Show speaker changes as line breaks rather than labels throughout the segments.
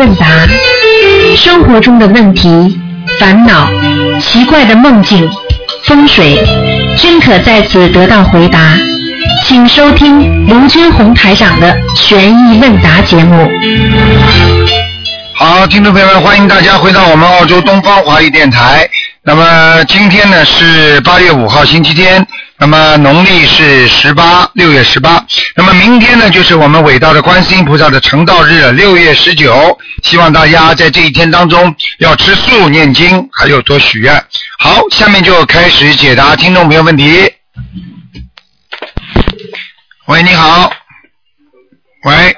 问答，生活中的问题、烦恼、奇怪的梦境、风水，均可在此得到回答。请收听卢军红台长的《悬疑问答》节目。
好，听众朋友们，欢迎大家回到我们澳洲东方华语电台。那么今天呢是八月五号，星期天。那么农历是十八，六月十八。那么明天呢，就是我们伟大的观世音菩萨的成道日了，六月十九。希望大家在这一天当中要吃素、念经，还有多许愿。好，下面就开始解答听众朋友问题。喂，你好。喂。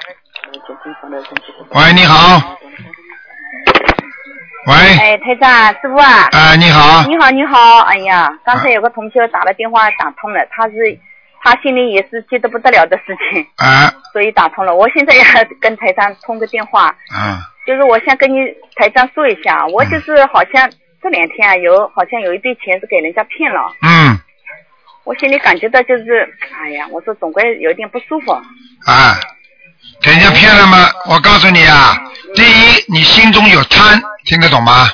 喂，你好。喂。
哎，台长，师傅啊。
哎，你好。
你好，你好，哎呀，刚才有个同学打了电话打通了，他是他心里也是急得不得了的事情，
啊，
所以打通了。我现在也跟台长通个电话，
嗯，
就是我想跟你台长说一下，我就是好像这两天啊，有好像有一笔钱是给人家骗了，
嗯，
我心里感觉到就是，哎呀，我说总归有点不舒服。
啊，给人家骗了吗？我告诉你啊，第一，你心中有贪，听得懂吗？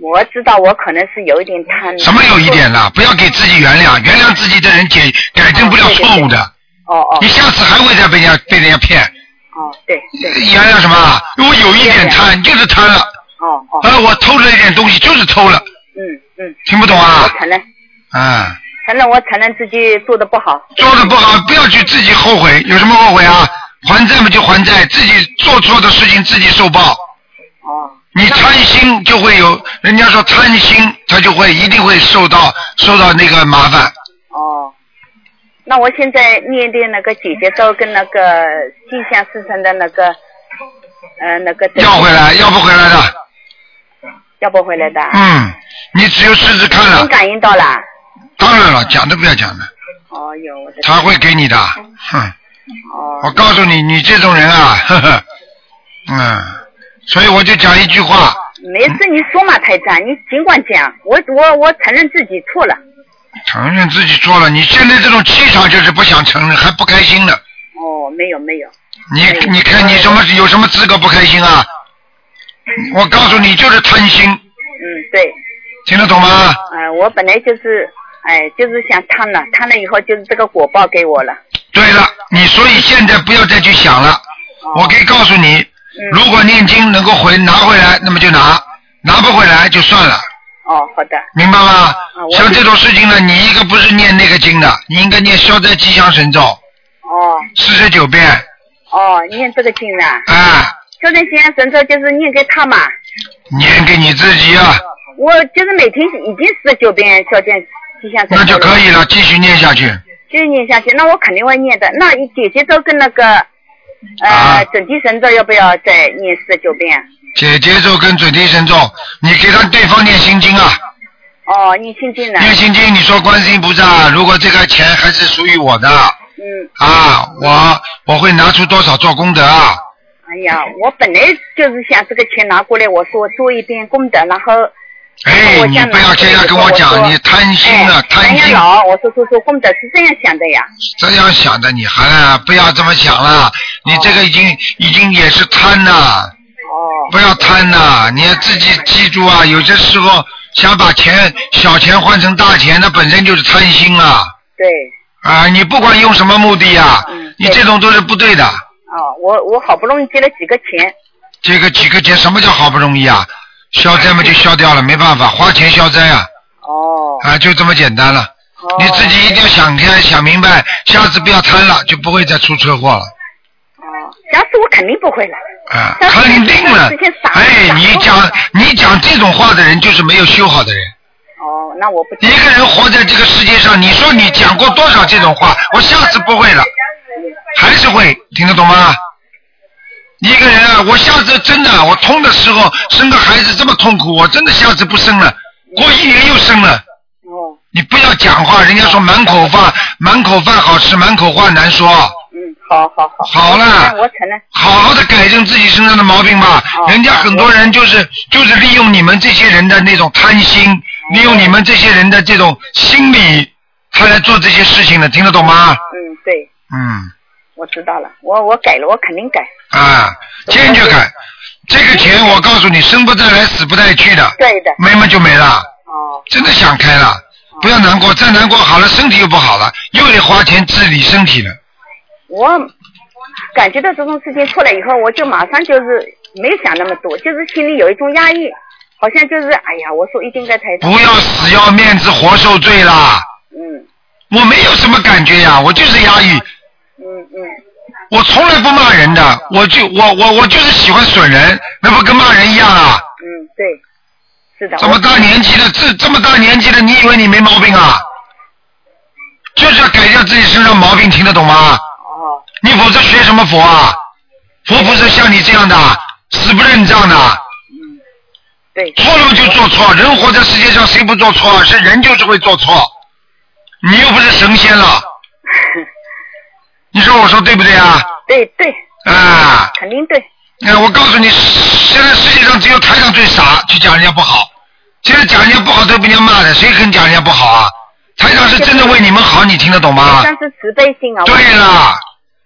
我知道我可能是有一点贪婪。
什么有一点啦？不要给自己原谅，原谅自己的人解改正不了错误的，
哦哦
你下次还会再被人家被人家骗。
哦，对对，
原谅什么啊？我有一点贪，就是贪了。
哦哦，
啊，我偷了一点东西，就是偷了，
嗯嗯，
听不懂
我
啊？
承认，
嗯，
承认我承认自己做的不好。
做的不好，不要去自己后悔，有什么后悔啊？还债嘛就还债，自己做错的事情自己受报。
哦。
你贪心就会有，人家说贪心，他就会一定会受到受到那个麻烦。
哦，那我现在念的那个姐姐咒跟那个心想事成的那个，呃，那个
要回来，要不回来的。
要不回来的啊，
嗯，你只有试试看
已经
了。
感应到了。
当然了，讲都不要讲了，
嗯哦哟，我的
他会给你的。哼，我
哦
告诉你，你这种人啊，呵呵，嗯，所以我就讲一句话，
没事，你说嘛，台长，你尽管讲，我我我承认自己错了。
承认自己错了。你现在这种气场就是不想承认，还不开心呢。
哦，没有没有，
你你看你什么有什么资格不开心啊？我告诉你，就是贪心，
嗯，对，
听得懂吗？
呃，我本来就是，哎，就是想贪了，贪了以后就是这个果报给我了。
对了，你所以现在不要再去想了。
哦、
我可以告诉你，如果念经能够回拿回来，那么就拿；拿不回来就算了，
哦，好的，
明白吗？
我
像这种事情呢，你一个不是念那个经的，你应该念消灾吉祥神咒
哦
四十九遍，
哦，念这个经啊，
啊，
就那些神咒就是念给他嘛。
念给你自己啊，
我就是每天已经十九遍消减吉祥神咒
那
了，
就可以了，继续念下去。
继续念下去。那我肯定会念的。那姐姐咒跟那个
啊
呃准提神咒要不要再念十九遍？
姐姐咒跟准提神咒，你给他对方念心经啊，
哦，念心经呢？
念心经，你说观世音菩萨，如果这个钱还是属于我的
嗯，
啊，我我会拿出多少做功德啊？
哎呀，我本来就是想这个钱拿过来，我说做一遍功德，然后嗯
哎，你不要现在跟我讲，你贪心
哎
啊，，贪
南
心
养，老，我说做做功德是这样想的呀。
这样想的你还啊不要这么想了，你这个已经已经也是贪呐、
哦，
不要贪呐、你要自己记住啊，有些时候想把钱小钱换成大钱，那本身就是贪心啊
对，
啊！你不管用什么目的啊
嗯，
你这种都是不对的。
哦，我我好不容易借了几个钱，
这个几个钱什么叫好不容易啊？消灾嘛就消掉了，没办法，花钱消灾啊
哦，
啊，就这么简单了。
哦
你自己一定要想开、想明白，下次不要贪了，就不会再出车祸了。
哦，下次我肯定不会了。
啊，
但是
肯定了
这些傻。
哎，
傻
你
瓜
讲你讲这种话的人，就是没有修好的人。
哦，那我不
一个人活在这个世界上，你说你讲过多少这种话？我下次不会了，还是会，听得懂吗？一个人啊，我下次真的，我痛的时候生个孩子这么痛苦，我真的下次不生了。过一年又生了，
哦，
你不要讲话，人家说满口饭，满口饭好吃，满口话难说。
嗯，好好好。
好了
那我承认。
好好的改正自己身上的毛病吧。
哦
人家很多人就是就是利用你们这些人的那种贪心，利用你们这些人的这种心理，他来做这些事情的，听得懂吗？
嗯，对，
嗯，
我知道了，我我改了，我肯定改。
啊，坚决改。这个钱我告诉你，生不带来，死不带去的，
对的，
没嘛就没了。
哦，
真的想开了，不要难过，再难过好了，身体又不好了，又得花钱治理身体了。
我感觉到这种事情出来以后，我就马上就是没有想那么多，就是心里有一种压抑，好像就是哎呀，我说一定该台长，
不要死要面子活受罪啦！
嗯
我没有什么感觉呀，我就是压抑，
嗯嗯，
我从来不骂人的，我就我我我就是喜欢损人，那不跟骂人一样啊？
嗯，对，是的。
这么
我
大年纪的，这这么大年纪的，你以为你没毛病啊？就是要改掉自己身上毛病，听得懂吗？
哦，
你否则学什么佛啊？佛不是像你这样的，死不认账的。
嗯，对，
错了就做错，人活在世界上谁不做错啊？是人就是会做错，你又不是神仙 了，你说我说对不对啊？
对对，
啊，
肯定对，
哎，我告诉你，现在世界上只有台上最傻，去讲人家不好。现在讲人家不好都被人家骂的，谁肯讲人家不好啊？台上是真的为你们好，你听得懂吗？
算是慈悲心啊。我
对了，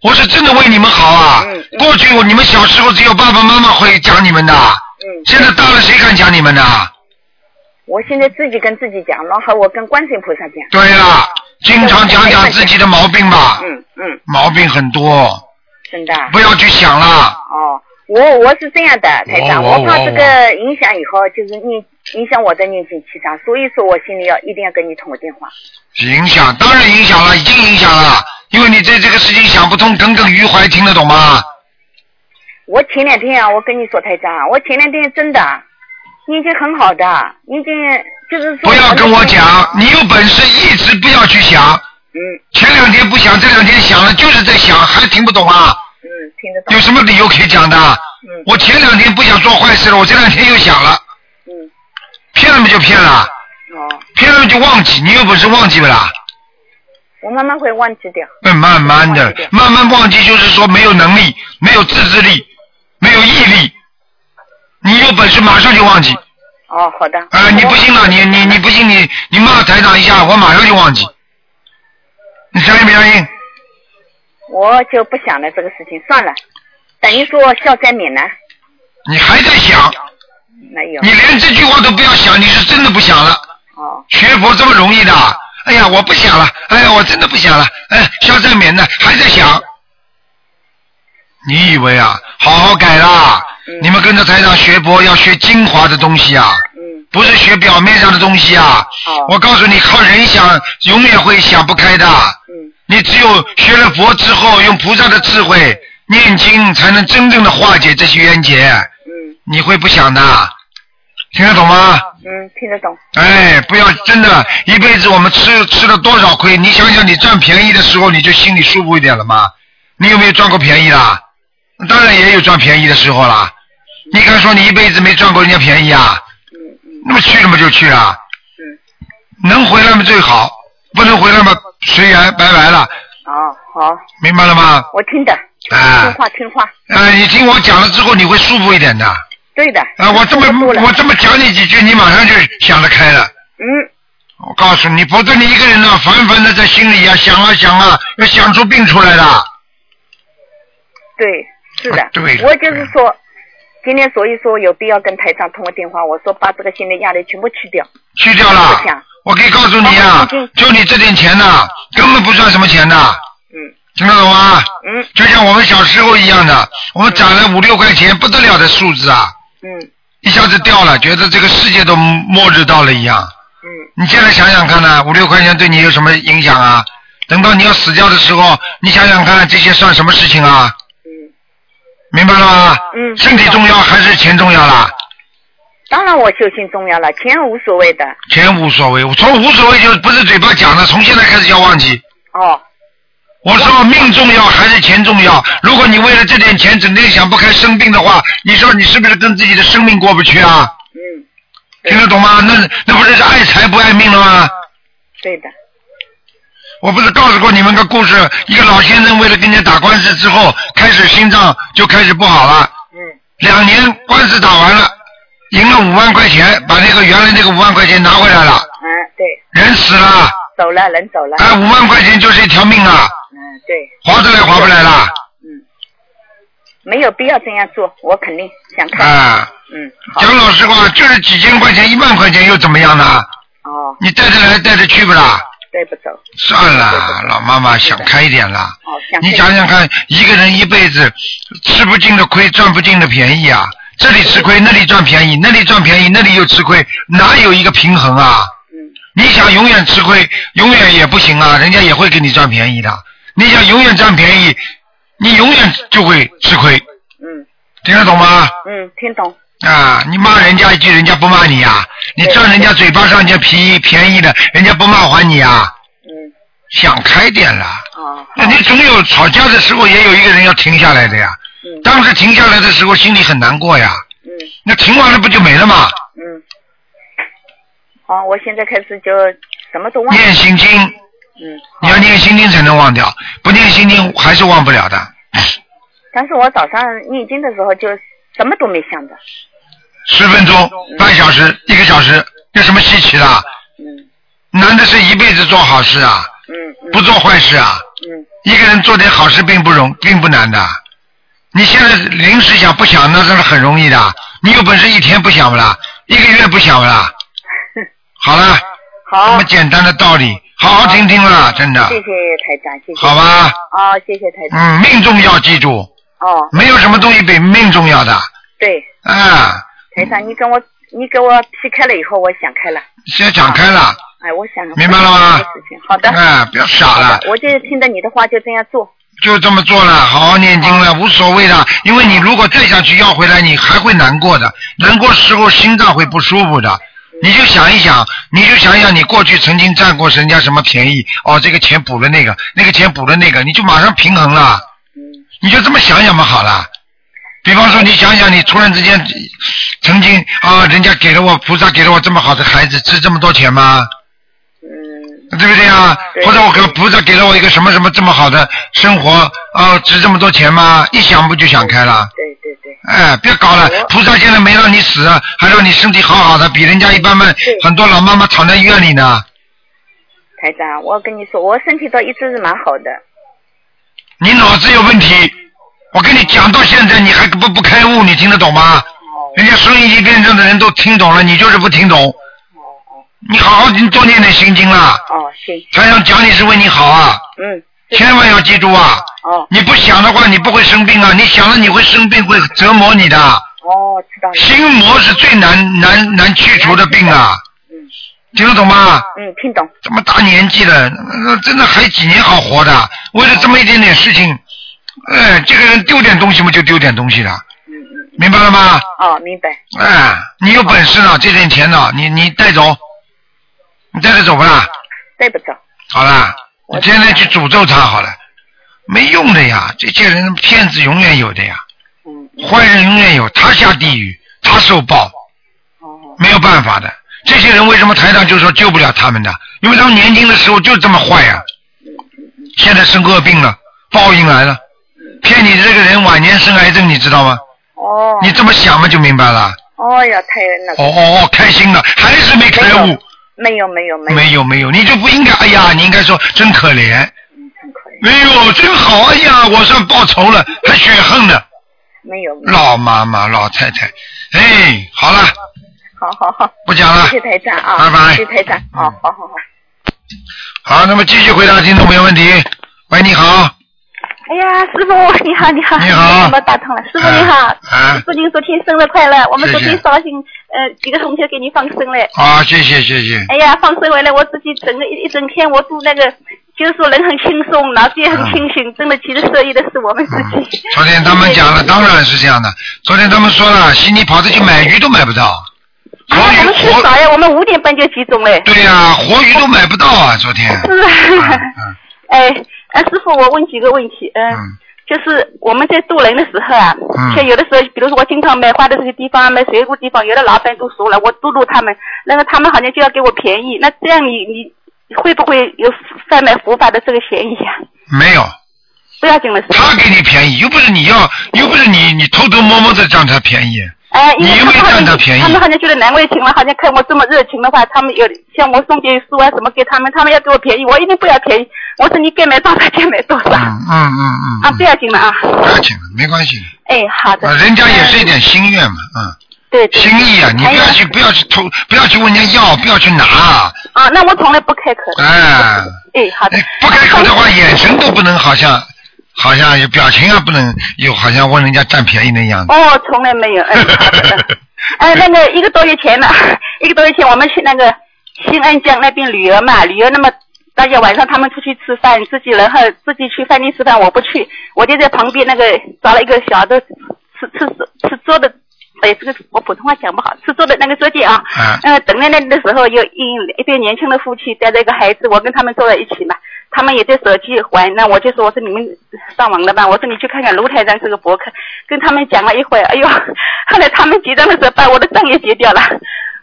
我是真的为你们好啊
嗯。嗯
过去我你们小时候只有爸爸妈妈会讲你们的，
嗯，
现在大了谁敢讲你们的？
我现在自己跟自己讲，然后我跟观世音菩萨讲。
对了，经常讲讲自己的毛病吧，
嗯嗯，
毛病很多，
真的啊。
不要去想了。哦
哦，我我是这样的，台长，
我我
我怕这个影响以后就是你影响我的念经气场，所以说我心里要一定要跟你通个电话。
影响当然影响了，已经影响了，因为你对这个事情想不通，耿耿于怀，听得懂吗？
我前两天啊，我跟你说，台长，我前两天真的，你已经很好的，你已经就是说
不要跟我讲，你有本事一直不要去想。
嗯
前两天不想，这两天想了，就是在想，还听不懂啊？
嗯，听得懂
有，什么理由可以讲的？
嗯
我前两天不想做坏事了，我这两天又想了，
嗯
骗了嘛就骗了，
哦，
骗了嘛就忘记，你有本事忘记不啦？
我慢慢会忘记掉。
嗯，慢慢的，慢慢忘记，就是说没有能力，没有自制力，没有毅力。你有本事马上就忘记啊、
哦，好的。
你不信了，你你你不信你你骂台长一下，我马上就忘记。你相信不相信？
我就不想了这个事情，算了，等于说消灾免难，
你还在想，
没有
你连这句话都不要想，你是真的不想了。
哦，
学佛这么容易的？哎呀，我不想了，哎呀，我真的不想了，哎，消灾免难还在想。你以为啊，好好改啦！
嗯
你们跟着台长学佛要学精华的东西啊，
嗯
不是学表面上的东西啊。
好
我告诉你，靠人想永远会想不开的。
嗯
你只有学了佛之后，用菩萨的智慧念经，才能真正的化解这些冤结。
嗯
你会不想的，听得懂吗？
嗯，听得懂。
哎，不要真的，一辈子我们吃吃了多少亏？你想想，你占便宜的时候，你就心里舒服一点了吗？你有没有赚过便宜啦？当然也有赚便宜的时候啦。你敢说你一辈子没赚过人家便宜啊？
嗯嗯
那么去了嘛就去啊，
嗯，
能回来嘛最好，不能回来嘛随缘，拜拜了，
哦，好，
明白了吗？
我听的，
啊
听话听话，
哎，你听我讲了之后，你会舒服一点的。
对的。
啊，我这么
听多了
我这么讲你几句，你马上就想得开了。
嗯，
我告诉你，否则你一个人呢，烦烦的在心里呀、想啊想啊，要想出病出来的。
对，是的
啊，对的
我就是说，今天所以说有必要跟台长通个电话，我说把这个心理压力全部去掉。
去掉了
不想。
我可以告诉你啊
哦对，
就你这点钱呐、根本不算什么钱呐、
嗯
听得懂吗？
嗯
就像我们小时候一样的，我们攒了五六块钱，不得了的数字啊，
嗯
一下子掉了，觉得这个世界都末日到了一样。
嗯，
你现在想想看呢、五六块钱对你有什么影响啊？等到你要死掉的时候，你想想看，这些算什么事情啊？
嗯
明白了吗？
嗯
身体重要还是钱重要啦？
当然我修行重要了，钱无所谓的。
钱无所谓，我从无所谓就不是嘴巴讲的，从现在开始要忘记。
哦，
我说命重要还是钱重要？如果你为了这点钱整天想不开生病的话，你说你是不是跟自己的生命过不去啊？
嗯，啊
听得懂吗？那那不是爱财不爱命了吗？
对的。
我不是告诉过你们个故事，一个老先生为了跟人家打官司之后，开始心脏就开始不好了，
嗯
两年官司打完了，赢了五万块钱，把那个原来那个五万块钱拿回来了，
嗯，对，
人死了，
走了，人走了。
哎，五万块钱就是一条命啊，
嗯嗯，对，
划得来划不来啦？
嗯，没有必要这样做，我肯定想看。
啊，
嗯，
讲老实话，就是几千块钱、一万块钱又怎么样呢？
哦，
你带着来带着去不啦？
带不走。
算了，老妈妈想开一点啦。
哦，想
你
看
想想看，一个人一辈子吃不尽的亏，赚不尽的便宜啊！这里吃亏，那里赚便宜，那里赚便宜，那里又吃亏，哪有一个平衡啊？
嗯，
你想永远吃亏，永远也不行啊，人家也会给你占便宜的。你想永远占便宜，你永远就会吃亏，
嗯
听得懂吗？
嗯，听懂。
啊，你骂人家一句，人家不骂你啊；你赚人家嘴巴上这便宜便宜的，人家不骂还你啊。
嗯，
想开点啦，
哦，
那你总有吵架的时候，也有一个人要停下来的呀。
嗯
当时停下来的时候，心里很难过呀。
嗯
那停完了不就没了吗？
嗯。好，我现在开始就什么都忘了。
念心经，
嗯，
你要念心经才能忘掉，不念心经还是忘不了的。
但是我早上念经的时候就什么都没想的。
十分钟、半小时、一个小时，有什么稀奇的？
嗯
男的是一辈子做好事啊，
嗯嗯
不做坏事啊。
嗯
一个人做点好事并不容，并不难的。你现在临时想不想，那是很容易的。你有本事一天不想不啦？一个月不想不 啦？好了，这
好
么，简单的道理，好好听听啦，真的
谢，谢台长，谢谢。
好。吧？
哦，谢谢台长。
嗯，命中要记住，
哦，
没有什么东西比命重要的
对，
啊！
台长，你跟我你给我劈开了以后，我想开了。
先讲开了，
哎，我想
明白了吗
这个事情好的，
啊，不要傻了
好。的，我就听着你的话，就这样做。
就这么做了，好好念经了，无所谓的。因为你如果再想去要回来，你还会难过的，
嗯
难过时候心脏会不舒服的。你就想一想，你就想一想，你过去曾经占过人家什么便宜？哦，这个钱补了那个，那个钱补了那个，你就马上平衡了。
嗯
你就这么想想嘛，好了。比方说，你想想，你突然之间曾经啊，人家给了我菩萨给了我这么好的孩子，值这么多钱吗？
嗯
对不对啊？
对
或者我给菩萨给了我一个什么什么这么好的生活，啊，值这么多钱吗？一想不就想开了？
对对对，
哎，别搞了
我，
菩萨现在没让你死，还让你身体好好的，比人家一般般
对
很多老妈妈躺在医院里呢。
台长，我跟你说，我身体倒一直是蛮好的。
你脑子有问题，我跟你讲到现在你还不不开悟，你听得懂吗？
哦
人家收音机边上的人都听懂了，你就是不听懂。你好好你多念点心经啦，
哦，行，
台上讲你是为你好啊，
嗯，
千万要记住啊。
哦
你不想的话，你不会生病啊！你想了，你会生病，会折磨你的。
哦，知道了。
心魔是最难难难去除的病啊！
嗯
听得懂吗？
嗯，听懂。
这么大年纪了，那真的还几年好活的？为了这么一点点事情，哎，这个人丢点东西嘛，就丢点东西了，
嗯嗯，
明白了吗？
哦，明白。
哎，你有本事呢，这点钱呢，你你带走，你带着走不啦？
带不走。
好啦，你现在去诅咒他好了，没用的呀，这些人骗子永远有的呀。
嗯，
坏人永远有，他下地狱，他受报，
哦
没有办法的。这些人为什么台上就说救不了他们的？因为他们年轻的时候就这么坏呀、现在生恶病了，报应来了，骗你这个人晚年生癌症，你知道吗？
哦
你这么想嘛就明白了。
哦呀，太那
哦
个。
哦哦，开心了，还是没开悟，
没有没有没有，
没有没有，你就不应该。哎呀，你应该说真可怜，
嗯，很可以，
哎呦，真好，哎呀，我算报仇了，还雪恨呢，
没有没有。
老妈妈老太太，哎，好了，
好好好，
不讲了
谢。谢台长啊，
拜拜
谢谢台长，哦，好好好。
好，那么继续回答听众朋友问题。喂，你好，
哎呀，师傅你好，你好，
你好
我们打通了，师傅你好，
啊
师傅您昨天生日快乐，我们昨
谢
天
谢
绍兴呃几个同学给你放生嘞，
啊，谢谢谢谢，
哎呀，放生回来我自己整个一一整天我都那个，就是说人很轻松，脑子也很清
啊
醒，真的其实受益的是我们自
嗯
己。，
昨天他们讲了，当然是这样的。昨天他们说了，悉尼跑着去买鱼都买不到，
哎
活
呀，我们
鱼
吃
活，
早呀，我们五点半就集中嘞。
对呀、活鱼都买不到啊，昨天。
是
嗯
啊，
嗯
哎，哎，师傅，我问几个问题，嗯。
嗯
就是我们在渡人的时候啊，
嗯
像有的时候，比如说我经常买花的这些地方啊，买水果地方，有的老板都熟了，我都入他们，那个他们好像就要给我便宜，那这样你你会不会有贩卖佛法的这个嫌疑啊？
没有，
不要紧了，是吧
他给你便宜，又不是你要，又不是你你偷偷摸摸的让他便宜，
哎，因为
你
他
又没
们好
占
像
他便宜
他们好像觉得难为情了，好像看我这么热情的话，他们有像我送点书啊什么给他们，他们要给我便宜，我一定不要便宜。我说你该买多少就买多少、
嗯嗯嗯
啊，
嗯
不，要紧了啊。
不要紧了，没关系，
哎，好的。
啊，人家也是一点心愿嘛，嗯，
对对。
心意啊，你不要去不要去偷，不要去问人家要，不要去拿，
啊，那我从来不开口。
哎，
哎，好的
哎。不开口的话，眼神都不能，好像好像有表情啊，不能有好像问人家占便宜那样子。
哦，从来没有。 哎，好的。哎，那个一个多月前呢， 一个多月前我们去那个新安江那边旅游嘛，旅游那么大家晚上他们出去吃饭，自己然后自己去饭店吃饭，我不去，我就在旁边那个找了一个小的吃吃吃桌的，哎，这个我普通话讲不好，吃桌的那个桌垫啊。
啊
嗯
呃，等在那里的时候，有一一对年轻的夫妻带着一个孩子，我跟他们坐在一起嘛，他们也在手机玩，那我就说我说你们上网了吧，我说你去看看卢台长这个博客，跟他们讲了一会儿，哎呦， 后来他们结账的时候把我的账也结掉了。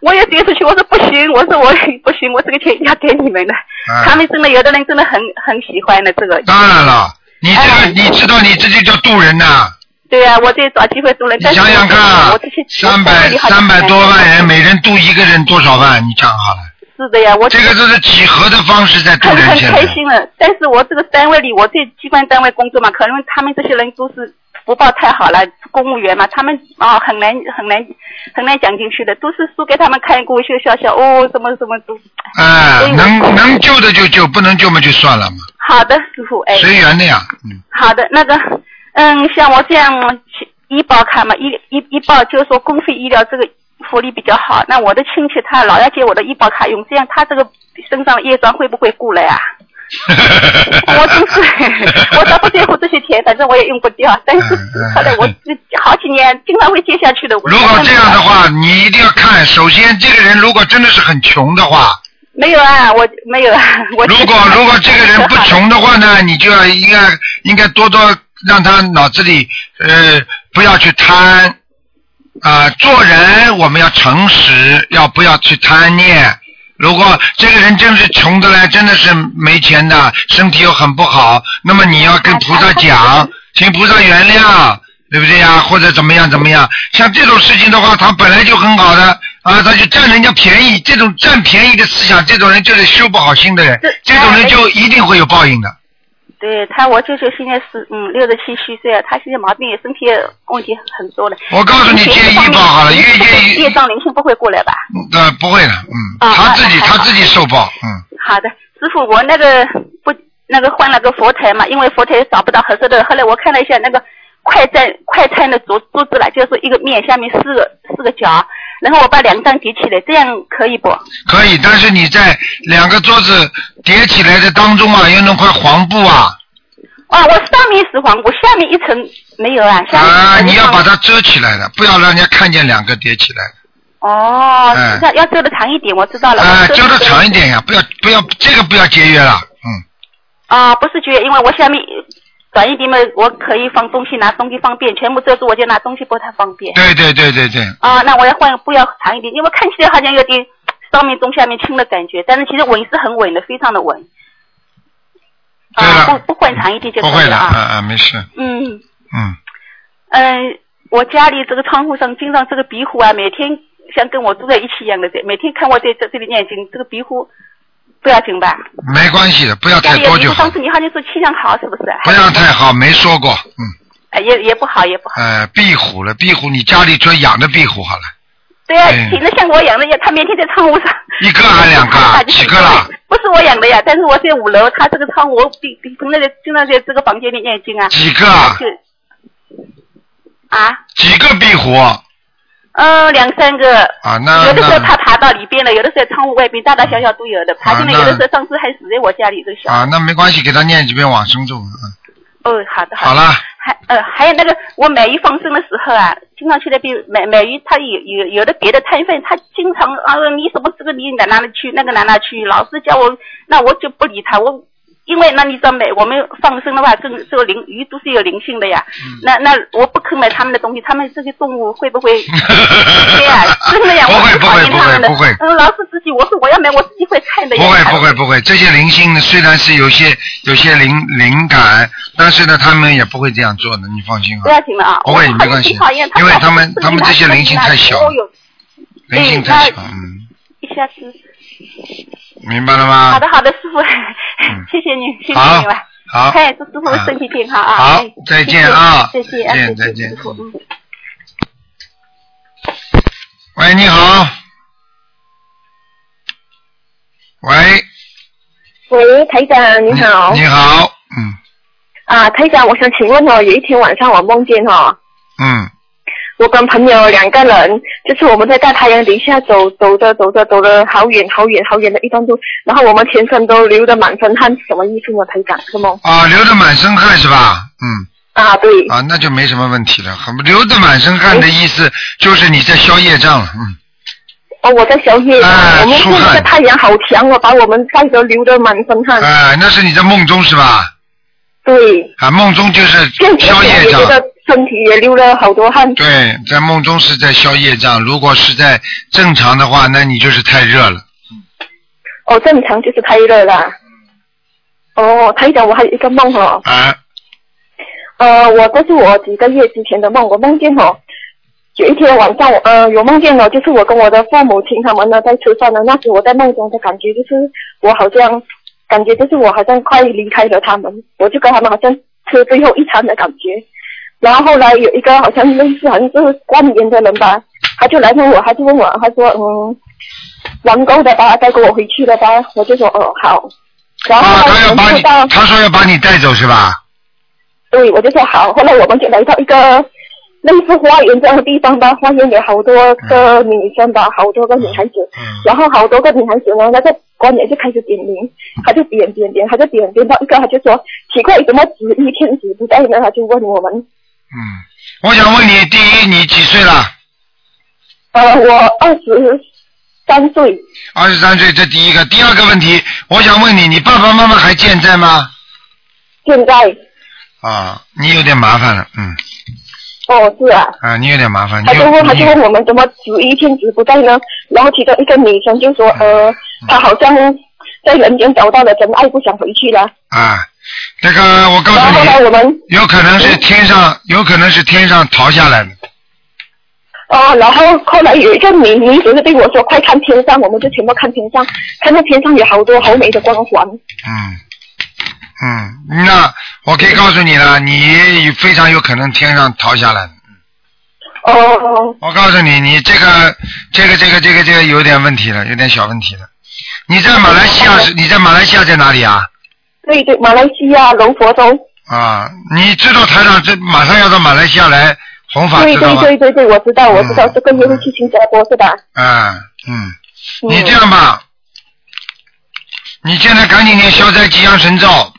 我也结出去，我说不行，我说我不行，我这个钱要给你们的。
啊
他们真的有的人真的很很喜欢的这个。
当然了，你这个
哎
你知道你这就叫渡人呐、
对啊，我在找机会做人。
你
但是
想想看啊
我这些，
三百三百多万人，。每人渡一个人多少万？你讲好了，
是的呀，我
这个就是几何的方式在渡
很
人。
很
现
开
在
心了，但是我这个单位里，我在机关单位工作嘛，可能他们这些人都是福报太好了，公务员嘛，他们啊、很难很难很难讲进去的，都是书给他们看过，就笑笑哦，什么什么都
哎
所，以我
能能救的就救，不能救嘛就算了嘛，
好的，师傅，哎，
随缘的呀。嗯，
好的，那个，嗯，像我这样医保卡嘛，医医医保就是说公费医疗这个福利比较好。那我的亲戚他老要借我的医保卡用，这样他这个身上的业障会不会过来啊？我真 是，我倒不在乎这些钱，反正我也用不掉。但是
嗯嗯
后来我这好几年经常会借下去的。
如果这样的，话，你一定要看，首先这个人如果真的是很穷的话，
没有啊，我没有啊，我
如果如果这个人不穷的话 呢，你就要应该应该多多让他脑子里呃不要去贪啊、做人我们要诚实，要不要去贪念。如果这个人真是穷的嘞，真的是没钱的，身体又很不好，那么你要跟菩萨讲，请菩萨原谅，对不对呀？或者怎么样怎么样？像这种事情的话，他本来就很好的啊，他就占人家便宜，这种占便宜的思想，这种人就是修不好心的人
这，
这种人就一定会有报应的。
对他，我舅舅现在是嗯六十七虚岁了，他现在毛病也身体也问题很多了。
我告诉你，借医保好了，越借
业
越
障灵性不会过来吧？
呃不会的，嗯，
啊
他自己
那还好
他自己受报，嗯。
好的，师傅，我那个不那个换了个佛台嘛，因为佛台找不到合适的，后来我看了一下那个快餐快餐的桌桌子了，就是一个面下面四个四个角，然后我把两张叠起来，这样可以不？
可以，但是你在两个桌子叠起来的当中啊，用那块黄布啊，
啊，我上面是黄布，下面一层没有啊，下面一层
啊，你要
放
把它遮起来的，不要让人家看见两个叠起来的。
哦，
哎
要要遮的长一点，我知道了。
啊
我，
遮的长一点呀、不要不要，这个不要节约了，嗯，
啊，不是绝缘，因为我下面短一点嘛，我可以放东西，拿东西方便，全部遮住我就拿东西不太方便。
对对对对对，
啊，那我要换布要长一点，因为看起来好像有点上面重下面轻的感觉，但是其实稳是很稳的，非常的稳。
对
啊，
了
不不换长一点就
不
可
会
以
的，
了
嗯
啊。
嗯，没事，
嗯
嗯，
嗯、我家里这个窗户上经常这个壁虎啊，每天像跟我住在一起一样的，在每天看我在这这里念经，这个壁虎不要紧吧？
没关系的，不要
家
太
里有
多
壁
就
虎，
好
上，次你好像说气量好，是不是？
不要太好，没说过，嗯，
哎也也不好，也不好。
呃，壁虎了，壁虎，你家里就养的壁虎好了，
对呀、
嗯
请的像我养的呀，他每天在窗户上。
一个还两个 啊，几个啦？
不是我养的呀，但是我在五楼，他这个窗户我平平常在经常在这个房间里念经啊。
几个啊？
就啊，
几个壁虎？
嗯，两三个。
啊那
有的时候
那
他爬到里边了，有的时候在窗户外边，大大小小都有的。爬进来，
啊那
有的时候上次还死在我家里，这个小。
啊，那没关系，给他念几遍往生咒。嗯，
哦，好的，
好
的。
了，
还呃，还有那个我买鱼放生的时候啊，经常去那边买买鱼，他有有有的别的摊贩，他经常啊，你什么这个你哪哪里去，那个哪哪去，老是叫我，那我就不理他，我因为那你知道买我们放生的话，跟这个灵鱼都是有灵性的呀，那那我不肯买他们的东西，他们这些动物会 不会对呀、真的呀，
不
我
会
很
不
讨
会
厌
不
他
会
们的，
不会
嗯，老是自己我说我要买，我自己会看的呀，
不会不会不会，这些灵性呢虽然是有些有些灵灵感，但是呢，他们也不会这样做的，你放心啊
不。要紧了啊，
不会
我
没关系
很讨厌
因为
老是
他们
不
他们
理
这些
不
灵
理
性
他
太小
我有
灵性
对
太
那
强，嗯，
一下子。
明白了吗？嗯
好的，好的，师傅， 谢谢你，谢谢
好
你了。
好，
哎，祝师傅身体健康啊！
好
哎
再见啊
谢
再
谢，
见
哎
再
谢谢
见
师傅嗯。
喂，你好。喂，
喂，台长您好
你好，嗯
啊，台长，我想请问哦，有一天晚上我梦见哦，
嗯
我跟朋友两个人，就是我们在大太阳底下走，走着走着走了好远好远好远的一段路，然后我们全身都流的满身汗，什么意思呢？台长，这个梦
啊，流的满身汗是吧？嗯
啊，对
啊，那就没什么问题了。很流的满身汗的意思就是你在消业障了，嗯。
哦，我在小夜，
啊
我们
出
看
汗
那个太阳好强哦，把我们晒得流的满身汗，
哎、那是你在梦中是吧？
对，
啊，梦中就是
这样子
消业
我觉
障。
得身体也流了好多汗，
对，在梦中是在消业障。如果是在正常的话，那你就是太热了。
哦，正常就是太热了。哦，台长，我还有一个梦哦。
啊，
呃，我这是我几个月之前的梦，我梦见哦，有一天晚上我呃有梦见了，就是我跟我的父母亲他们呢在吃饭呢，那时我在梦中的感觉就是我好像感觉就是我好像快离开了他们，我就跟他们好像吃最后一餐的感觉。然后后来有一个好像类似好像是官员的人吧，他就来问我，他就问我，他说嗯，玩够的吧，带跟我回去了吧，我就说哦好。然后
啊，
呢
他要
我
把
们
你
就到，
他说要把你带走是吧？
对，我就说好。后来我们就来到一个类似花园这样的地方吧，花园有好多个女生吧，好多个女孩子，
嗯
然后好多个女孩子呢，那个官员就开始点名，他就点点点，他就点点到一个，他就说奇怪，怎么只一天子不在呢？他就问我们，
嗯，我想问你，第一，你几岁了？
呃，我二十三岁，
二十三岁，这第一个。第二个问题，我想问你，你爸爸妈妈还健在吗？
现在
啊，你有点麻烦了，嗯，
哦是啊，
啊，你有点麻烦。你
他就
有
问，他
你
就问我们怎么只一天子不在呢？然后其中一个女生就说，
嗯
呃，她好像在人间找到了真爱，不想回去了。
啊，那个我告
然后
诉
后
你
来，我们
有可能是天上，有可能是天上逃下来的。
哦，然后后来有一个女女子就对我说：“快看天上！”我们就全部看天上，看到天上有好多好美的光环。
嗯，嗯，那我可以告诉你了，你非常有可能天上逃下来的。
哦哦
我告诉你，你这个这个这个这个这个有点问题了，有点小问题了。你在马来西亚是？你在马来西亚在哪里啊？
对对，马来西亚柔佛州。
啊，你知道台长这马上要到马来西亚来弘法，
对
知道
对
吗？
对对对，我知道我知道，
嗯
这个月会去新加坡是吧？
啊，嗯，
嗯
你这样吧，你现在赶紧念消灾吉祥神咒
好，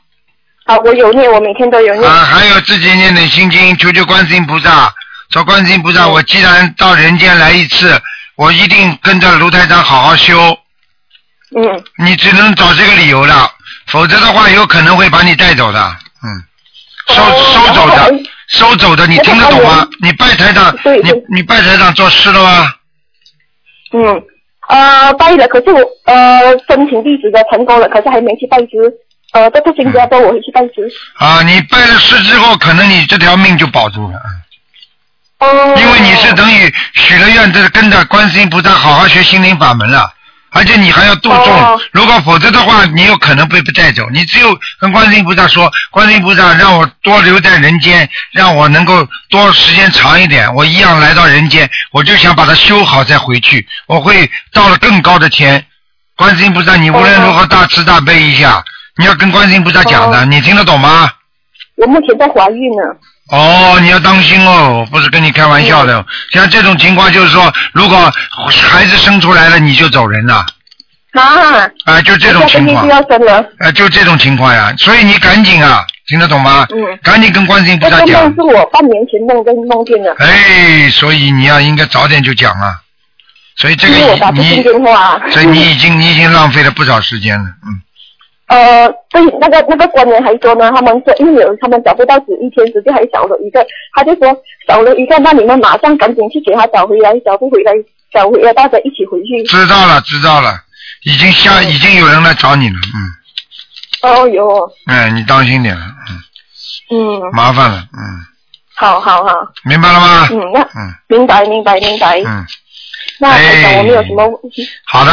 啊我有念，我每天都有念。
啊，还有自己念点心经，求求观世音菩萨，找观世音菩萨，
嗯
我既然到人间来一次，我一定跟着卢台长好好修。
嗯，
你只能找这个理由了，否则的话有可能会把你带走的，嗯，收
哦
收走
然后
的，收走的，你
我
听得懂吗
懂？
你拜台长，
对
你
对
你拜台长做事了吗？
嗯，呃，拜了，可是我呃申请地址的成功了，可是还没去拜师。呃，这次新加坡我会去拜师。
啊，你拜了师之后，可能你这条命就保住了，
哦。
因为你是等于许了愿，这是跟着观世音菩萨好好学心灵法门了。而且你还要度众
哦，
如果否则的话，你有可能被被带走。你只有跟观世音菩萨说，观世音菩萨让我多留在人间，让我能够多时间长一点，我一样来到人间，我就想把它修好再回去，我会到了更高的天。观世音菩萨，你无论如何大慈大悲一下，你要跟观世音菩萨讲的，
哦
你听得懂吗？
我目前在怀孕呢。
哦，你要当心哦，我不是跟你开玩笑
嗯
的。像这种情况，就是说，如果孩子生出来了，你就走人了，
啊，
啊、就这种
我下
情
个月就
况，啊、
要生了。
就这种情况呀。所以你赶紧啊，听得懂吗？
嗯
赶紧跟观世音菩
这
萨
个
讲
梦是。我半年前梦跟梦见的，
哎，所以你要应该早点就讲啊。所以这
因为我
个
打不
你
进，电话。
所以你已 经你已经浪费了不少时间了，嗯。
呃，对，那个那个官员还说呢，他们说因为有他们找不到只一天时就还少了一个，他就说少了一个，那你们马上赶紧去给他找回来，找不回来，找回来大家一起回去。
知道了，知道了，已经下已经有人来找你了，嗯。
哦哟，
哎，你当心点，嗯，
嗯，
麻烦了，嗯，
好好好，
明白了吗？
嗯，那
嗯
明白明白明白。
嗯，
那台长，
哎
我没有什么问题。
好的，